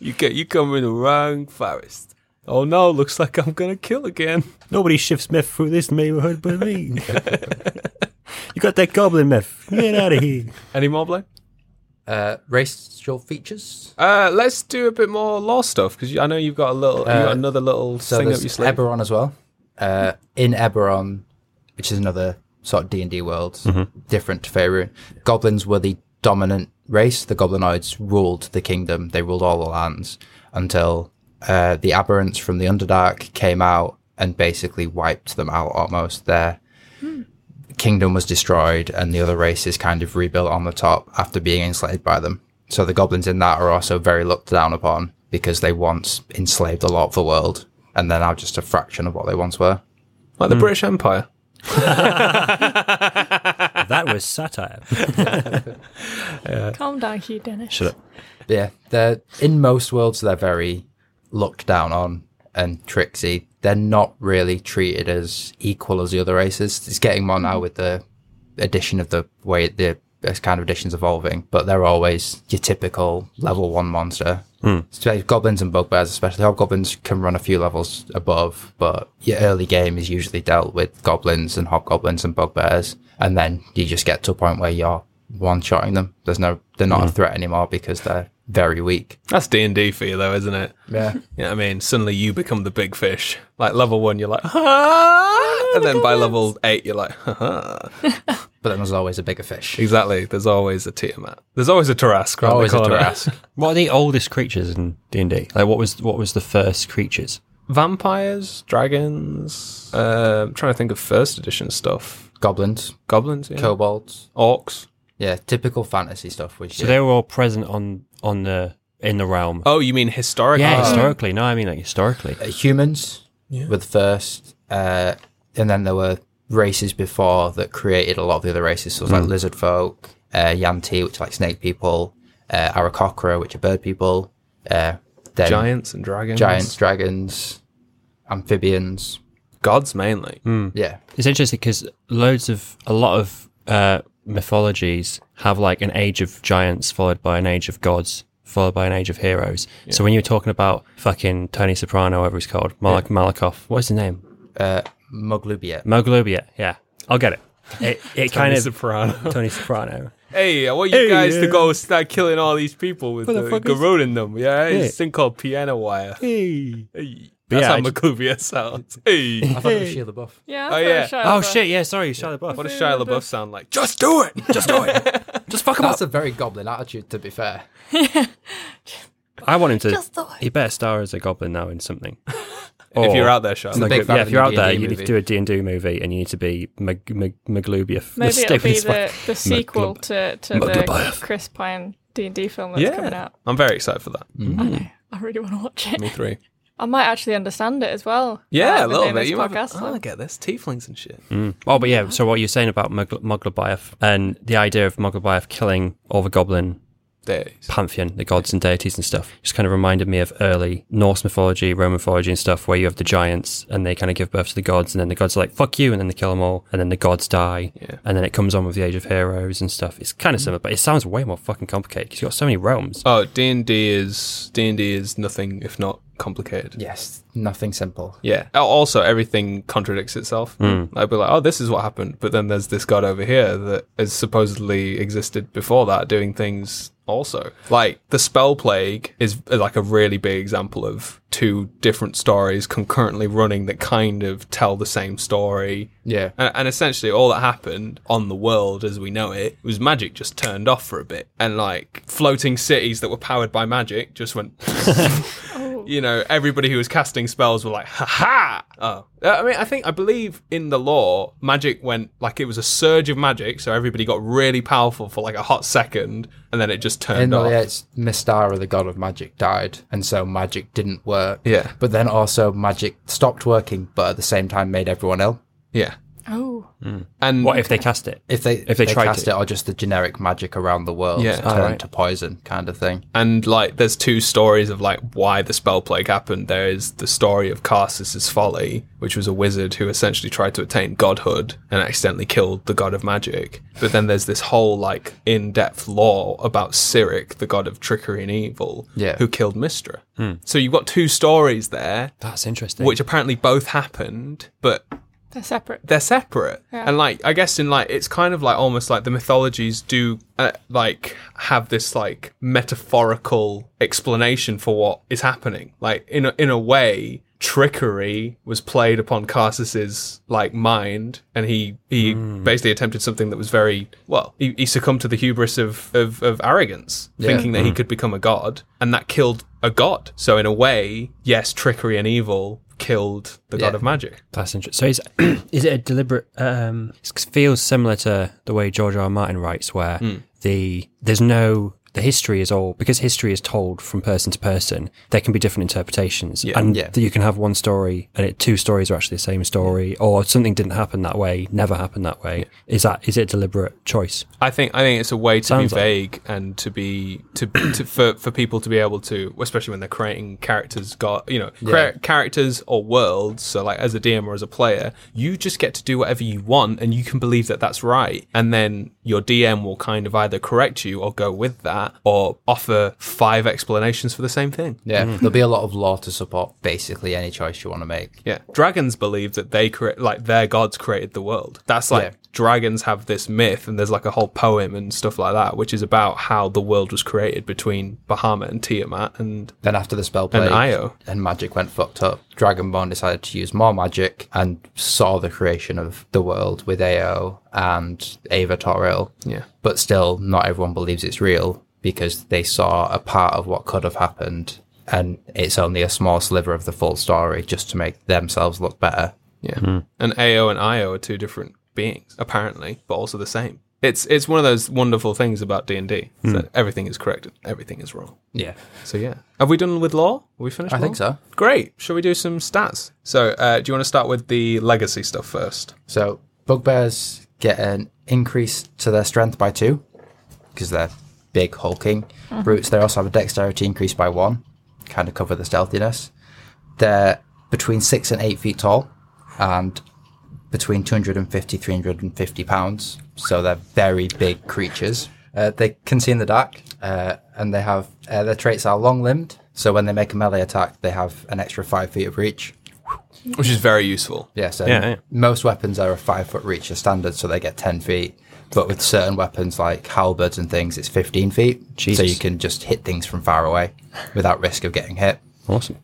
You ca you come in the wrong forest. Oh no! Looks like I'm gonna kill again. Nobody shifts meth through this neighborhood but me. you got that goblin meth. Get out of here. Any more, Blaine? Uh, racial features. Uh, let's do a bit more law stuff because I know you've got a little, you got another little So thing up there's your sleeve. Eberron as well. Uh, in Eberron, which is another sort of D and D world, Mm-hmm. different to Faerun, goblins were the dominant race. The goblinoids ruled the kingdom. They ruled all the lands until uh, the aberrants from the Underdark came out and basically wiped them out. Almost their kingdom was destroyed, and the other races kind of rebuilt on the top after being enslaved by them. So the goblins in that are also very looked down upon because they once enslaved a lot of the world, and they're now just a fraction of what they once were. like the British Empire. That was satire. Calm down, Hugh Dennis. Shut up. Yeah, they're in most worlds they're very looked down on and tricksy. They're not really treated as equal as the other races. It's getting more now with the addition of the way the this kind of addition's evolving, but they're always your typical level one monster. So goblins and bugbears, especially hobgoblins, can run a few levels above, but your early game is usually dealt with goblins and hobgoblins and bugbears, and then you just get to a point where you're one-shotting them. There's no, they're not a threat anymore because they're very weak. That's D and D for you, though, isn't it? Yeah. You know what I mean? Suddenly you become the big fish. Like level one, you're like, ah! and then by level eight, you're like, ha But then there's always a bigger fish. Exactly. There's always a Tiamat. There's always a Tarask. around the Always a corner. Tarask. What are the oldest creatures in D and D? Like, what was what was the first creatures? Vampires, dragons. Uh, I'm trying to think of first edition stuff. Goblins, Goblins, yeah. kobolds. orcs. Yeah, typical fantasy stuff. Which So they were all present on on the in the realm. Oh, you mean historically? yeah, historically. No, I mean like historically. uh, humans were the first, uh, and then there were races before that created a lot of the other races. So it was like lizard folk, uh, Yanti, which are like snake people, uh, Arakocra, which are bird people, uh, then Giants and dragons. giants, dragons, amphibians. Gods mainly. Mm. Yeah, It's interesting because loads of a lot of uh, mythologies have like an age of giants followed by an age of gods followed by an age of heroes. So when you were talking about fucking Tony Soprano, whatever he's called, Mal- Malakoff, what's his name? uh, Muglubia. Moglubia. Yeah, I'll get it. It, it kind of Soprano. Tony Soprano. Hey, I want you Hey, guys to yeah. go start killing all these people with the Motherfuckers. garrote in them. Yeah, it's Yeah. this thing called piano wire. Hey. Hey. That's yeah, how I j- Macuvia sounds. Hey. I thought it was Sheila Buff. Yeah. Oh, yeah. Oh shit! Yeah, sorry, Shia LaBeouf. What does Shia LaBeouf sound like? Just do it. Just do it. Just fuck him up. That's a very goblin attitude, to be fair. I want him to. Just the- He better star as a goblin now in something. if Or- you're out there, Shia. Big fan yeah, of if you're the out there, D&D you need movie. to do a D&D movie and you need to be Mag- Mag- Maglubia. The Maybe it'll be stupidest the, the fuck- sequel Maglub- to, to Mugglebath. the Chris Pine D and D film that's coming yeah, out. I'm very excited for that. I know. I really want to watch it. Me three. I might actually understand it as well. Yeah, I've a been little doing bit. this You might Uh, podcast, oh, I like, get this tieflings and shit. Oh, but yeah. So what you're saying about Mugl- Moglubayev and the idea of Moglubayev killing all the goblin Days. pantheon, the gods and deities and stuff, just kind of reminded me of early Norse mythology, Roman mythology and stuff, where you have the giants and they kind of give birth to the gods, and then the gods are like "fuck you," and then they kill them all, and then the gods die, Yeah. and then it comes on with the Age of Heroes and stuff. It's kind of similar, but it sounds way more fucking complicated because you've got so many realms. Oh, D and D is D and D is nothing if not complicated. Yes, nothing simple. Yeah. Oh, Also, everything contradicts itself. I'd be like, oh, this is what happened, but then there's this god over here that has supposedly existed before that, doing things also. Like the spell plague is uh, like a really big example of two different stories concurrently running that kind of tell the same story. Yeah. And, and essentially, all that happened on the world as we know it was magic just turned off for a bit, and like floating cities that were powered by magic just went. you know, everybody who was casting spells were like, "Ha ha!" Oh, Uh, I mean, I think I believe in the law, magic went like it was a surge of magic, so everybody got really powerful for like a hot second, and then it just In turned the off. it's Mistara, the god of magic, died, and so magic didn't work. Yeah. But then also magic stopped working, but at the same time made everyone ill. Yeah, Oh, and What if they cast it? If they if they, tried cast to. it, or just the generic magic around the world Yeah. turned Oh, right. to poison kind of thing. and like there's two stories of like why the spell plague happened there is the story of Carsus's folly which was a wizard who essentially tried to attain godhood and accidentally killed the god of magic but then there's this whole like in-depth lore about Cyric the god of trickery and evil Yeah. who killed Mistra so you've got two stories there That's interesting. which apparently both happened but they're separate. they're separate Yeah. and like i guess in like it's kind of like almost like the mythologies do uh, like have this like metaphorical explanation for what is happening like in a, in a way trickery was played upon Carsus's like mind and he he basically attempted something that was very well he, he succumbed to the hubris of of, of arrogance thinking that he could become a god and that killed a god so in a way yes trickery and evil killed the god Yeah. of magic That's interesting. So is is it a deliberate? Um, it feels similar to the way George R. R. Martin writes, where Hmm. the there's no the history is all because history is told from person to person. There can be different interpretations, and Yeah. that you can have one story and it, two stories are actually the same story, or something didn't happen that way, never happened that way. Is that is it a deliberate choice? I think I think it's a way to Sounds be like- vague and to be to, to for for people to be able to, especially when they're creating characters, got you know, crea- characters or worlds. So like as a DM or as a player, you just get to do whatever you want, and you can believe that that's right, and then your DM will kind of either correct you or go with that, or offer five explanations for the same thing. Yeah. There'll be a lot of law to support basically any choice you want to make. Yeah. Dragons believe that they create, like, their gods created the world. That's like, Yeah. dragons have this myth, and there's like a whole poem and stuff like that, which is about how the world was created between Bahamut and Tiamat. And Then after the spell plague Io. and magic went fucked up, Dragonborn decided to use more magic and saw the creation of the world with Ao and Ava Toril. Yeah. But still, not everyone believes it's real because they saw a part of what could have happened, and it's only a small sliver of the full story just to make themselves look better. yeah. And Ao and Io are two different beings, apparently, but also the same. It's it's one of those wonderful things about D and D that everything is correct, and everything is wrong. Yeah. So yeah, have we done with law? Are we finished? I think law? so. Great. Shall we do some stats? So uh, do you want to start with the legacy stuff first? So bugbears get an increase to their strength by two because they're big hulking brutes. They also have a dexterity increase by one, kind of cover the stealthiness. They're between six and eight feet tall, and between 250 350 pounds so they're very big creatures uh, they can see in the dark uh, and they have uh, their traits are long limbed so when they make a melee attack they have an extra five feet of reach Which is very useful. yeah, so Yeah, yeah. most weapons are a five foot reach as standard, so they get 10 feet. But with certain weapons like halberds and things, it's 15 feet. So Jesus. you can just hit things from far away without risk of getting hit. Awesome.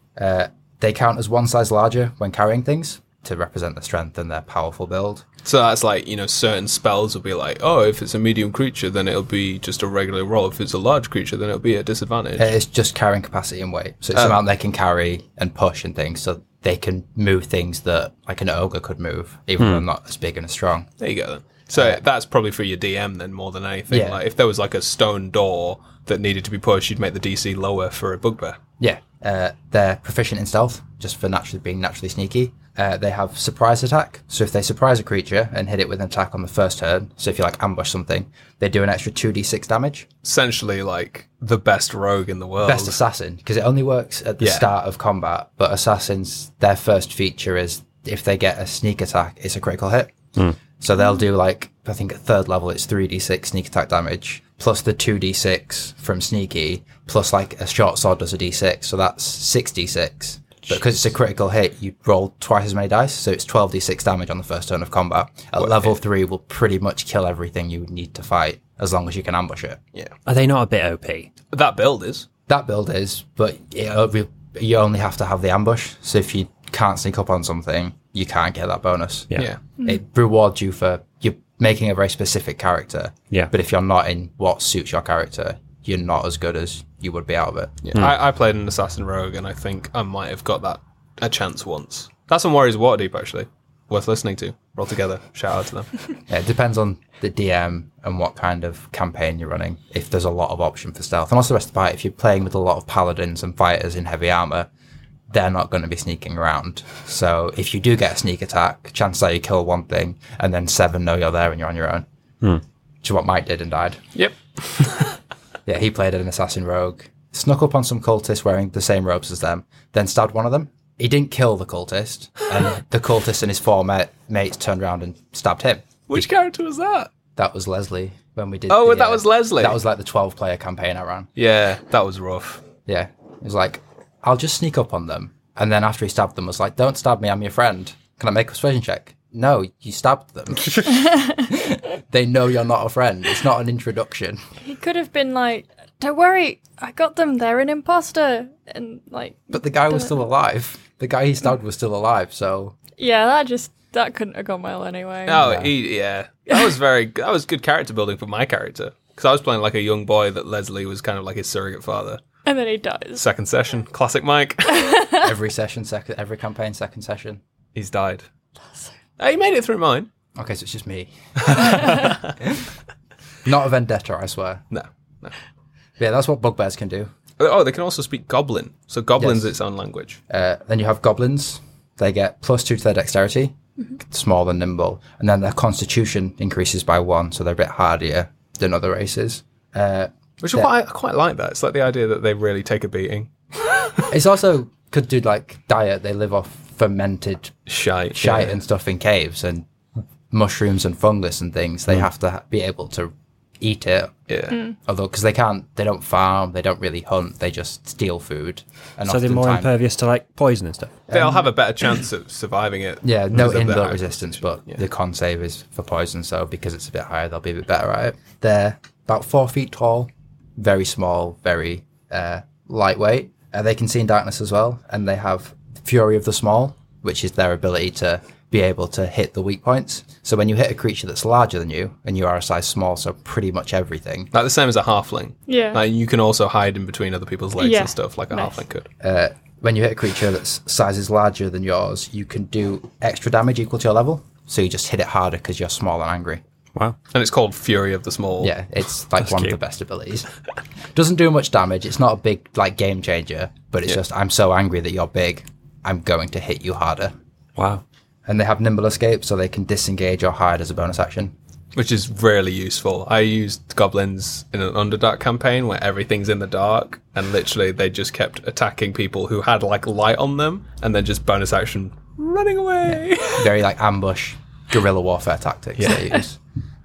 They count as one size larger when carrying things to represent their strength and their powerful build. So that's like, you know, certain spells will be like, oh, if it's a medium creature, then it'll be just a regular roll. If it's a large creature, then it'll be a disadvantage. It's just carrying capacity and weight. So it's Um, the amount they can carry and push and things. So they can move things that like an ogre could move, even Hmm. though not as big and as strong. There you go then. So that's probably for your DM then more than anything. Yeah. Like if there was like a stone door that needed to be pushed, you'd make the DC lower for a bugbear. Yeah. Uh, they're proficient in stealth, just for naturally being naturally sneaky. Uh, they have surprise attack, so if they surprise a creature and hit it with an attack on the first turn, so if you like ambush something, they do an extra two d six damage. Essentially, like the best rogue in the world. Best assassin because it only works at the Yeah. start of combat, but assassins their first feature is if they get a sneak attack, it's a critical hit. Hmm. So they'll do like I think at third level it's three d six sneak attack damage plus the two d six from sneaky plus like a short sword does a d six, so that's six d six. But because it's a critical hit, you roll twice as many dice, so it's twelve d six damage on the first turn of combat. At level three, will pretty much kill everything you need to fight as long as you can ambush it. Are they not a bit OP? that build is. That build is, but it'll be- you only have to have the ambush. So if you can't sneak up on something, you can't get that bonus. Yeah. It rewards you for you're making a very specific character. Yeah. But if you're not in what suits your character, you're not as good as you would be out of it. Yeah. I, I played an assassin rogue, and I think I might have got that a chance once. That's on Warriors Waterdeep, actually. Worth listening to. Roll together. Shout out to them. Yeah, it depends on the DM and what kind of campaign you're running. If there's a lot of option for stealth, and also the rest of the party, if you're playing with a lot of paladins and fighters in heavy armor, they're not going to be sneaking around. So if you do get a sneak attack, chances are you kill one thing, and then seven know you're there and you're on your own. Which is what Mike did and died. yep. Yeah, he played an assassin rogue, snuck up on some cultists wearing the same robes as them, then stabbed one of them. He didn't kill the cultist, and the cultist and his four ma- mates turned around and stabbed him. Which character was that? That was Leslie when we did. Oh, the, that uh, was Leslie. That was like the twelve-player campaign I ran. Yeah, that was rough. Yeah, it was like I'll just sneak up on them, and then after he stabbed them, was like, "Don't stab me, I'm your friend. Can I make a persuasion check?" No, you stabbed them. they know you're not a friend. It's not an introduction. He could have been like, "Don't worry, I got them. They're an imposter." And like, But the guy was still alive. The guy he stabbed was still alive. So yeah, that just that couldn't have gone well anyway. Oh, he, yeah. That was very. That was good character building for my character because I was playing like a young boy that Leslie was kind of like his surrogate father. And then he dies. Second session, classic Mike. every session, second, every campaign, second session. He's died. Uh, he made it through mine. Okay, so it's just me. not a vendetta, I swear. No, no. Yeah, that's what bugbears can do. Oh, they can also speak Goblin. So Goblin's Yes. its own language. Uh, then you have goblins. They get plus two to their dexterity, Mm-hmm. small and nimble, and then their constitution increases by one, so they're a bit hardier than other races. Uh, Which is what I I quite like that. It's like the idea that they really take a beating. it's also could do like diet. They live off fermented Shite. shite yeah. and stuff in caves and mushrooms and fungus and things. Mm. They have to ha- be able to eat it. Yeah. Mm. Although, because they can't, they don't farm, they don't really hunt, they just steal food. And So they're more oftentimes- impervious to like poison and stuff. They'll have a better chance of surviving it. Um, Yeah, no because of their inbuilt high resistance, constitution. but the con save is for poison, so because it's a bit higher, they'll be a bit better at it. They're about four feet tall, very small, very uh, lightweight. Uh, they can see in darkness as well, and they have Fury of the Small, which is their ability to be able to hit the weak points. So when you hit a creature that's larger than you, and you are a size small, so pretty much everything, Like the same as a halfling. Yeah. Like you can also hide in between other people's legs Yeah. and stuff, like a Nice. halfling could. when you hit a creature that's sizes larger than yours, you can do extra damage equal to your level. So you just hit it harder because you're small and angry. Wow. And it's called Fury of the Small. Yeah, it's like one cute. of the best abilities. Doesn't do much damage. It's not a big like game changer, but it's just I'm so angry that you're big, I'm going to hit you harder. Wow. And they have nimble escape, so they can disengage or hide as a bonus action. Which is really useful. I used goblins in an Underdark campaign where everything's in the dark, and literally they just kept attacking people who had like light on them, and then just bonus action running away. Very like ambush, guerrilla warfare tactics they use.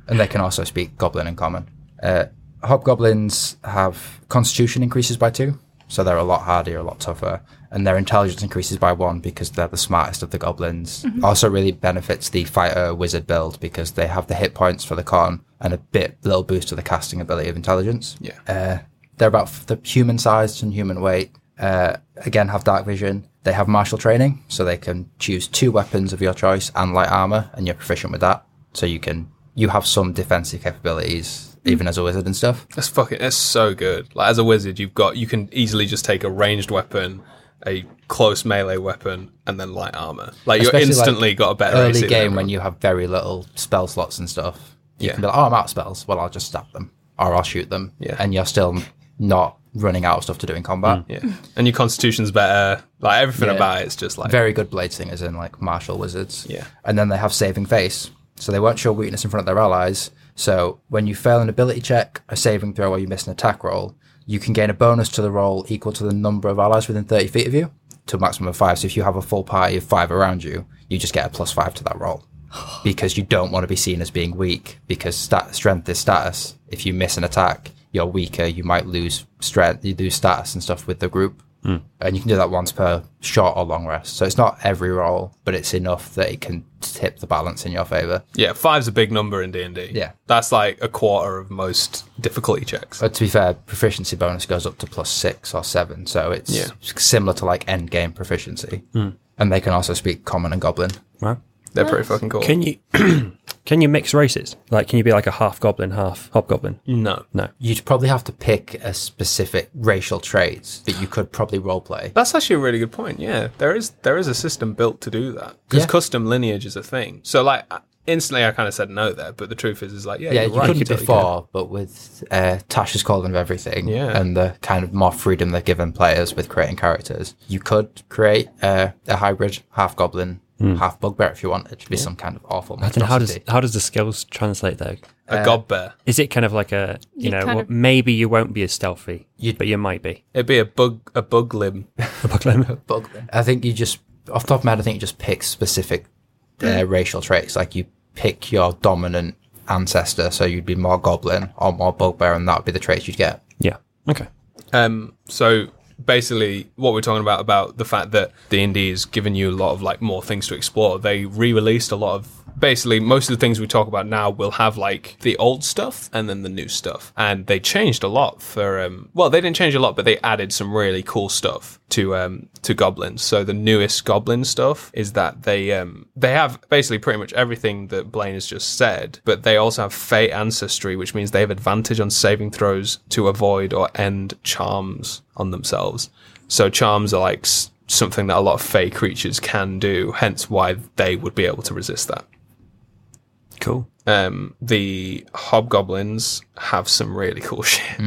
And they can also speak goblin and common. Uh, hobgoblins have constitution increases by two, so they're a lot harder, a lot tougher, and their intelligence increases by one because they're the smartest of the goblins. Also, really benefits the fighter wizard build because they have the hit points for the con and a bit little boost to the casting ability of intelligence. Yeah. Uh, they're about f- the human sized and human weight. Uh, again, have dark vision. They have martial training, so they can choose two weapons of your choice and light armor, and you're proficient with that. So you can you have some defensive capabilities, Hmm. even as a wizard and stuff. That's fucking. That's so good. Like as a wizard, you've got you can easily just take a ranged weapon, a close melee weapon, and then light armor. Like you're Especially, like, instantly got a better AC Early than game when everyone. you have very little spell slots and stuff, you Yeah. can be like, "Oh, I'm out of spells. Well, I'll just stab them, or I'll shoot them," Yeah. Hmm. and you're still not running out of stuff to do in combat. Yeah. And your constitution's better. Like everything Yeah. about it's just like Very good blade singers in like martial wizards. Yeah. And then they have saving face. So they weren't sure weakness in front of their allies. So when you fail an ability check, a saving throw, or you miss an attack roll, you can gain a bonus to the roll equal to the number of allies within 30 feet of you to a maximum of five. So if you have a full party of five around you, you just get a plus five to that roll because you don't want to be seen as being weak because stat- strength is status. If you miss an attack, you're weaker. You might lose strength, you lose status and stuff with the group. And you can do that once per short or long rest. So it's not every roll, but it's enough that it can tip the balance in your favor. Yeah, five's a big number in D and D. Yeah. That's like a quarter of most difficulty checks. But to be fair, proficiency bonus goes up to plus six or seven, so it's Yeah. similar to like end game proficiency. And they can also speak common and goblin. Wow. They're pretty fucking cool. Can you can you mix races? Like, can you be like a half goblin, half hobgoblin? no. No. You'd probably have to pick a specific racial trait that you could probably roleplay. That's actually a really good point. Yeah, there is there is a system built to do that because Yeah. custom lineage is a thing. So like I- instantly, I kind of said no there, but the truth is, is like yeah, Yeah, you're you right. couldn't totally before, but with uh, Tasha's calling of everything Yeah. and the kind of more freedom they're giving players with creating characters, you could create uh, a hybrid half goblin, half bugbear if you wanted. It'd be some kind of awful And Hmm. how does monstrosity. how does the skills translate though? could. Uh, a god bear. Is it kind of like a you You know kind well, of- maybe you won't be as stealthy, You'd- but you might be. It'd be a bug a bug limb. A buglim. I think you just, off the top of my head, I think you just pick specific uh, racial traits. Like you pick your dominant ancestor, so you'd be more goblin or more bugbear, and that would be the traits you'd get. yeah. Okay. Um, so basically, what we're talking about about the fact that D and D has given you a lot of like more things to explore. They re-released a lot of basically most of the things we talk about now will have like the old stuff and then the new stuff, and they changed a lot for. Um, well, they didn't change a lot, but they added some really cool stuff to um, to goblins. So the newest goblin stuff is that they um, they have basically pretty much everything that Blaine has just said, but they also have fey ancestry, which means they have advantage on saving throws to avoid or end charms on themselves. So charms are like s- something that a lot of fey creatures can do, hence why they would be able to resist that Cool. um, the hobgoblins have some really cool shit.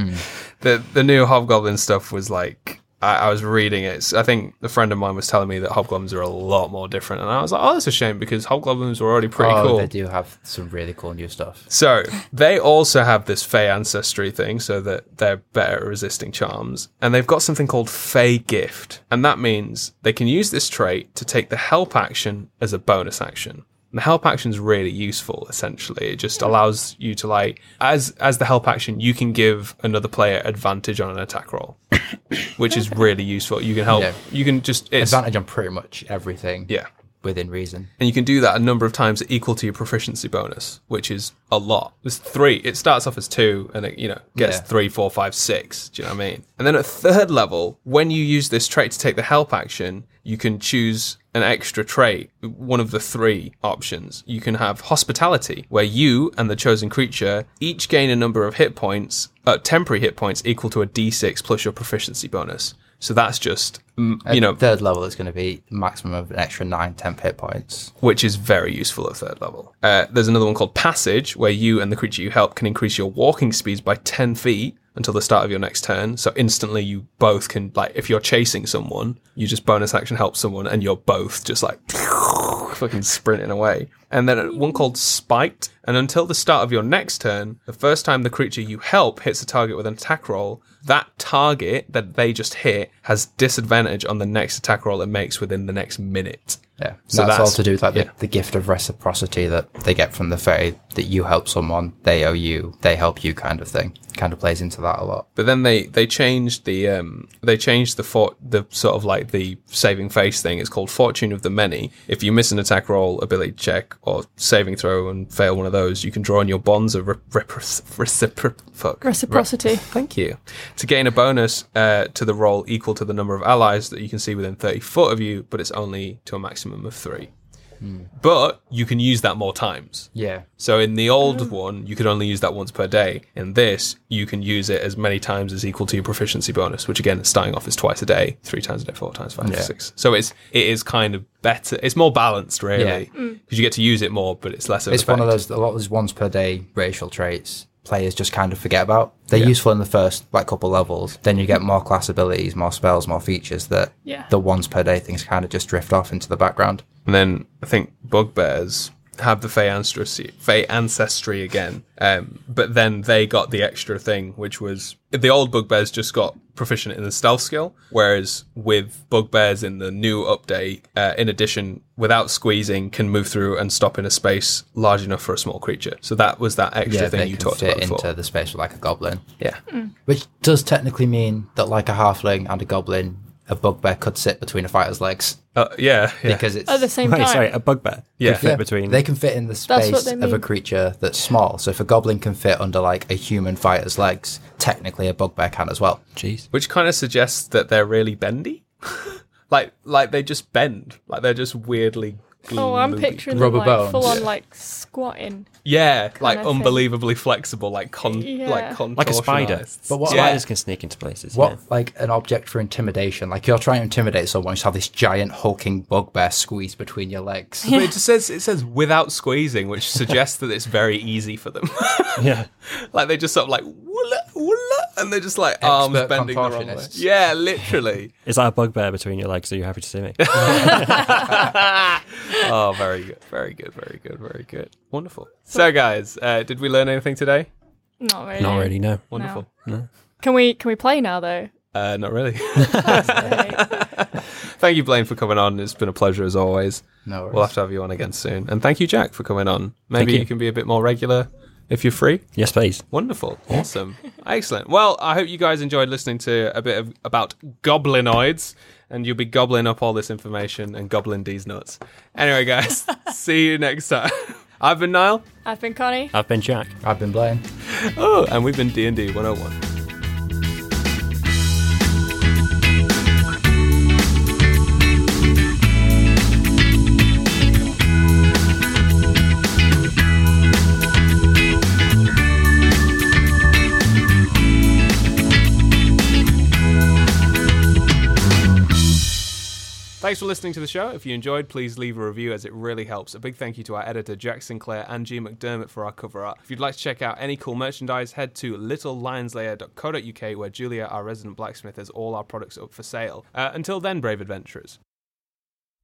The the new hobgoblin stuff was like I, I was reading it. So I think a friend of mine was telling me that hobgoblins are a lot more different, and I was like, oh, that's a shame because hobgoblins were already pretty oh, cool. they do have some really cool new stuff. So they also have this Fey ancestry thing, so that they're better at resisting charms, and they've got something called Fey Gift, and that means they can use this trait to take the help action as a bonus action. And the help action is really useful. Essentially, it just allows you to like, as as the help action, you can give another player advantage on an attack roll, which is really useful. You can help. Yeah. You can just it's, Advantage on pretty much everything. yeah. Within reason. And you can do that a number of times equal to your proficiency bonus, which is a lot. It's three. It starts off as two and it, you know, gets Yeah. three, four, five, six. Do you know what I mean? And then at third level, when you use this trait to take the help action, you can choose an extra trait, one of the three options. You can have hospitality, where you and the chosen creature each gain a number of hit points, uh, temporary hit points equal to a d6 plus your proficiency bonus. So that's just, mm, you know, third level is going to be maximum of an extra nine temp hit points. which is very useful at third level. Uh, there's another one called Passage, where you and the creature you help can increase your walking speeds by 10 feet until the start of your next turn. So instantly, you both can, like, if you're chasing someone, you just bonus action help someone, and you're both just like fucking sprinting away. And then one called Spiked, and until the start of your next turn, the first time the creature you help hits a target with an attack roll, that target that they just hit has disadvantage on the next attack roll it makes within the next minute. Yeah, So so that's, all that's- to do with like yeah. the, the gift of reciprocity that they get from the fae that you help someone, they owe you, they help you, kind of thing. Kind of plays into that a lot. But then they they changed the um they changed the for, the sort of like the saving face thing. It's called Fortune of the Many. If you miss an attack roll, ability check, or saving throw and fail one of those, you can draw on your bonds of rep- rep- recipro- fuck. Reciprocity. Thank you. To gain a bonus uh, to the roll equal to the number of allies that you can see within 30 foot of you, but it's only to a maximum of three. But you can use that more times. Yeah, So in the old one, you could only use that once per day. In this, you can use it as many times as equal to your proficiency bonus, which again, starting off is twice a day, three times a day, four times, five, Yeah. six. So it's it is kind of better. It's more balanced, really, because you get to use it more, but it's less of. it's effect. one of those. A lot of those once per day racial traits players just kind of forget about. They're useful in the first like couple levels. Then you get more class abilities, more spells, more features that Yeah. the once per day things kind of just drift off into the background. And then I think bugbears have the Fey ancestry, Fey ancestry again. Um, but then they got the extra thing, which was the old bugbears just got proficient in the stealth skill, whereas with bugbears in the new update, uh, in addition, without squeezing, can move through and stop in a space large enough for a small creature. So that was that extra they thing you can talked fit about into before. the space with like a goblin. yeah. Which does technically mean that like a halfling and a goblin, a bugbear could sit between a fighter's legs Uh, yeah. Yeah. because it's At the same Wait, time, sorry, a bugbear. Yeah. Could fit Yeah. between. they can fit in the what space they of a mean. creature that's small. So if a goblin can fit under like a human fighter's legs, technically a bugbear can as well. Jeez. which kind of suggests that they're really bendy. like like they just bend, like they're just weirdly. oh, I'm loopy. picturing Rubber them like, bones. full on Yeah. like squatting. Yeah, like of thing. unbelievably flexible, like con, Yeah. like contortionized. Like a spider. But what- Yeah. Spiders can sneak into places. What yeah. like an object for intimidation? Like you're trying to intimidate someone, you just have this giant hulking bugbear squeezed between your legs. But it just says it says without squeezing, which suggests that it's very easy for them. Yeah. like they just sort of like woola woola, and they're just like arms Expert bending the wrong way. contortionists. Yeah, literally. Is that a bugbear between your legs? Are you happy to see me? oh, very good, very good, very good, very good. Wonderful. So, guys, uh, did we learn anything today? Not really. Not really, no. Wonderful. Can we can we play now though? Uh, not really. Right. thank you, Blaine, for coming on. It's been a pleasure as always. No worries. We'll have to have you on again soon. And thank you, Jack, for coming on. Maybe you. you can be a bit more regular if you're free. Yes, please. Wonderful. Awesome. Excellent. Well, I hope you guys enjoyed listening to a bit of, about goblinoids and you'll be gobbling up all this information and gobbling these nuts. Anyway, guys, see you next time. I've been Niall. I've been Connie. I've been Jack. I've been blamed. Oh, and oh we've been D&D 101. Thanks for listening to the show. If you enjoyed, please leave a review as it really helps. A big thank you to our editor, Jack Sinclair and G McDermott for our cover art. If you'd like to check out any cool merchandise, head to littlelionslayer.co.uk where Julia, our resident blacksmith, has all our products up for sale. Uh, until then, brave adventurers.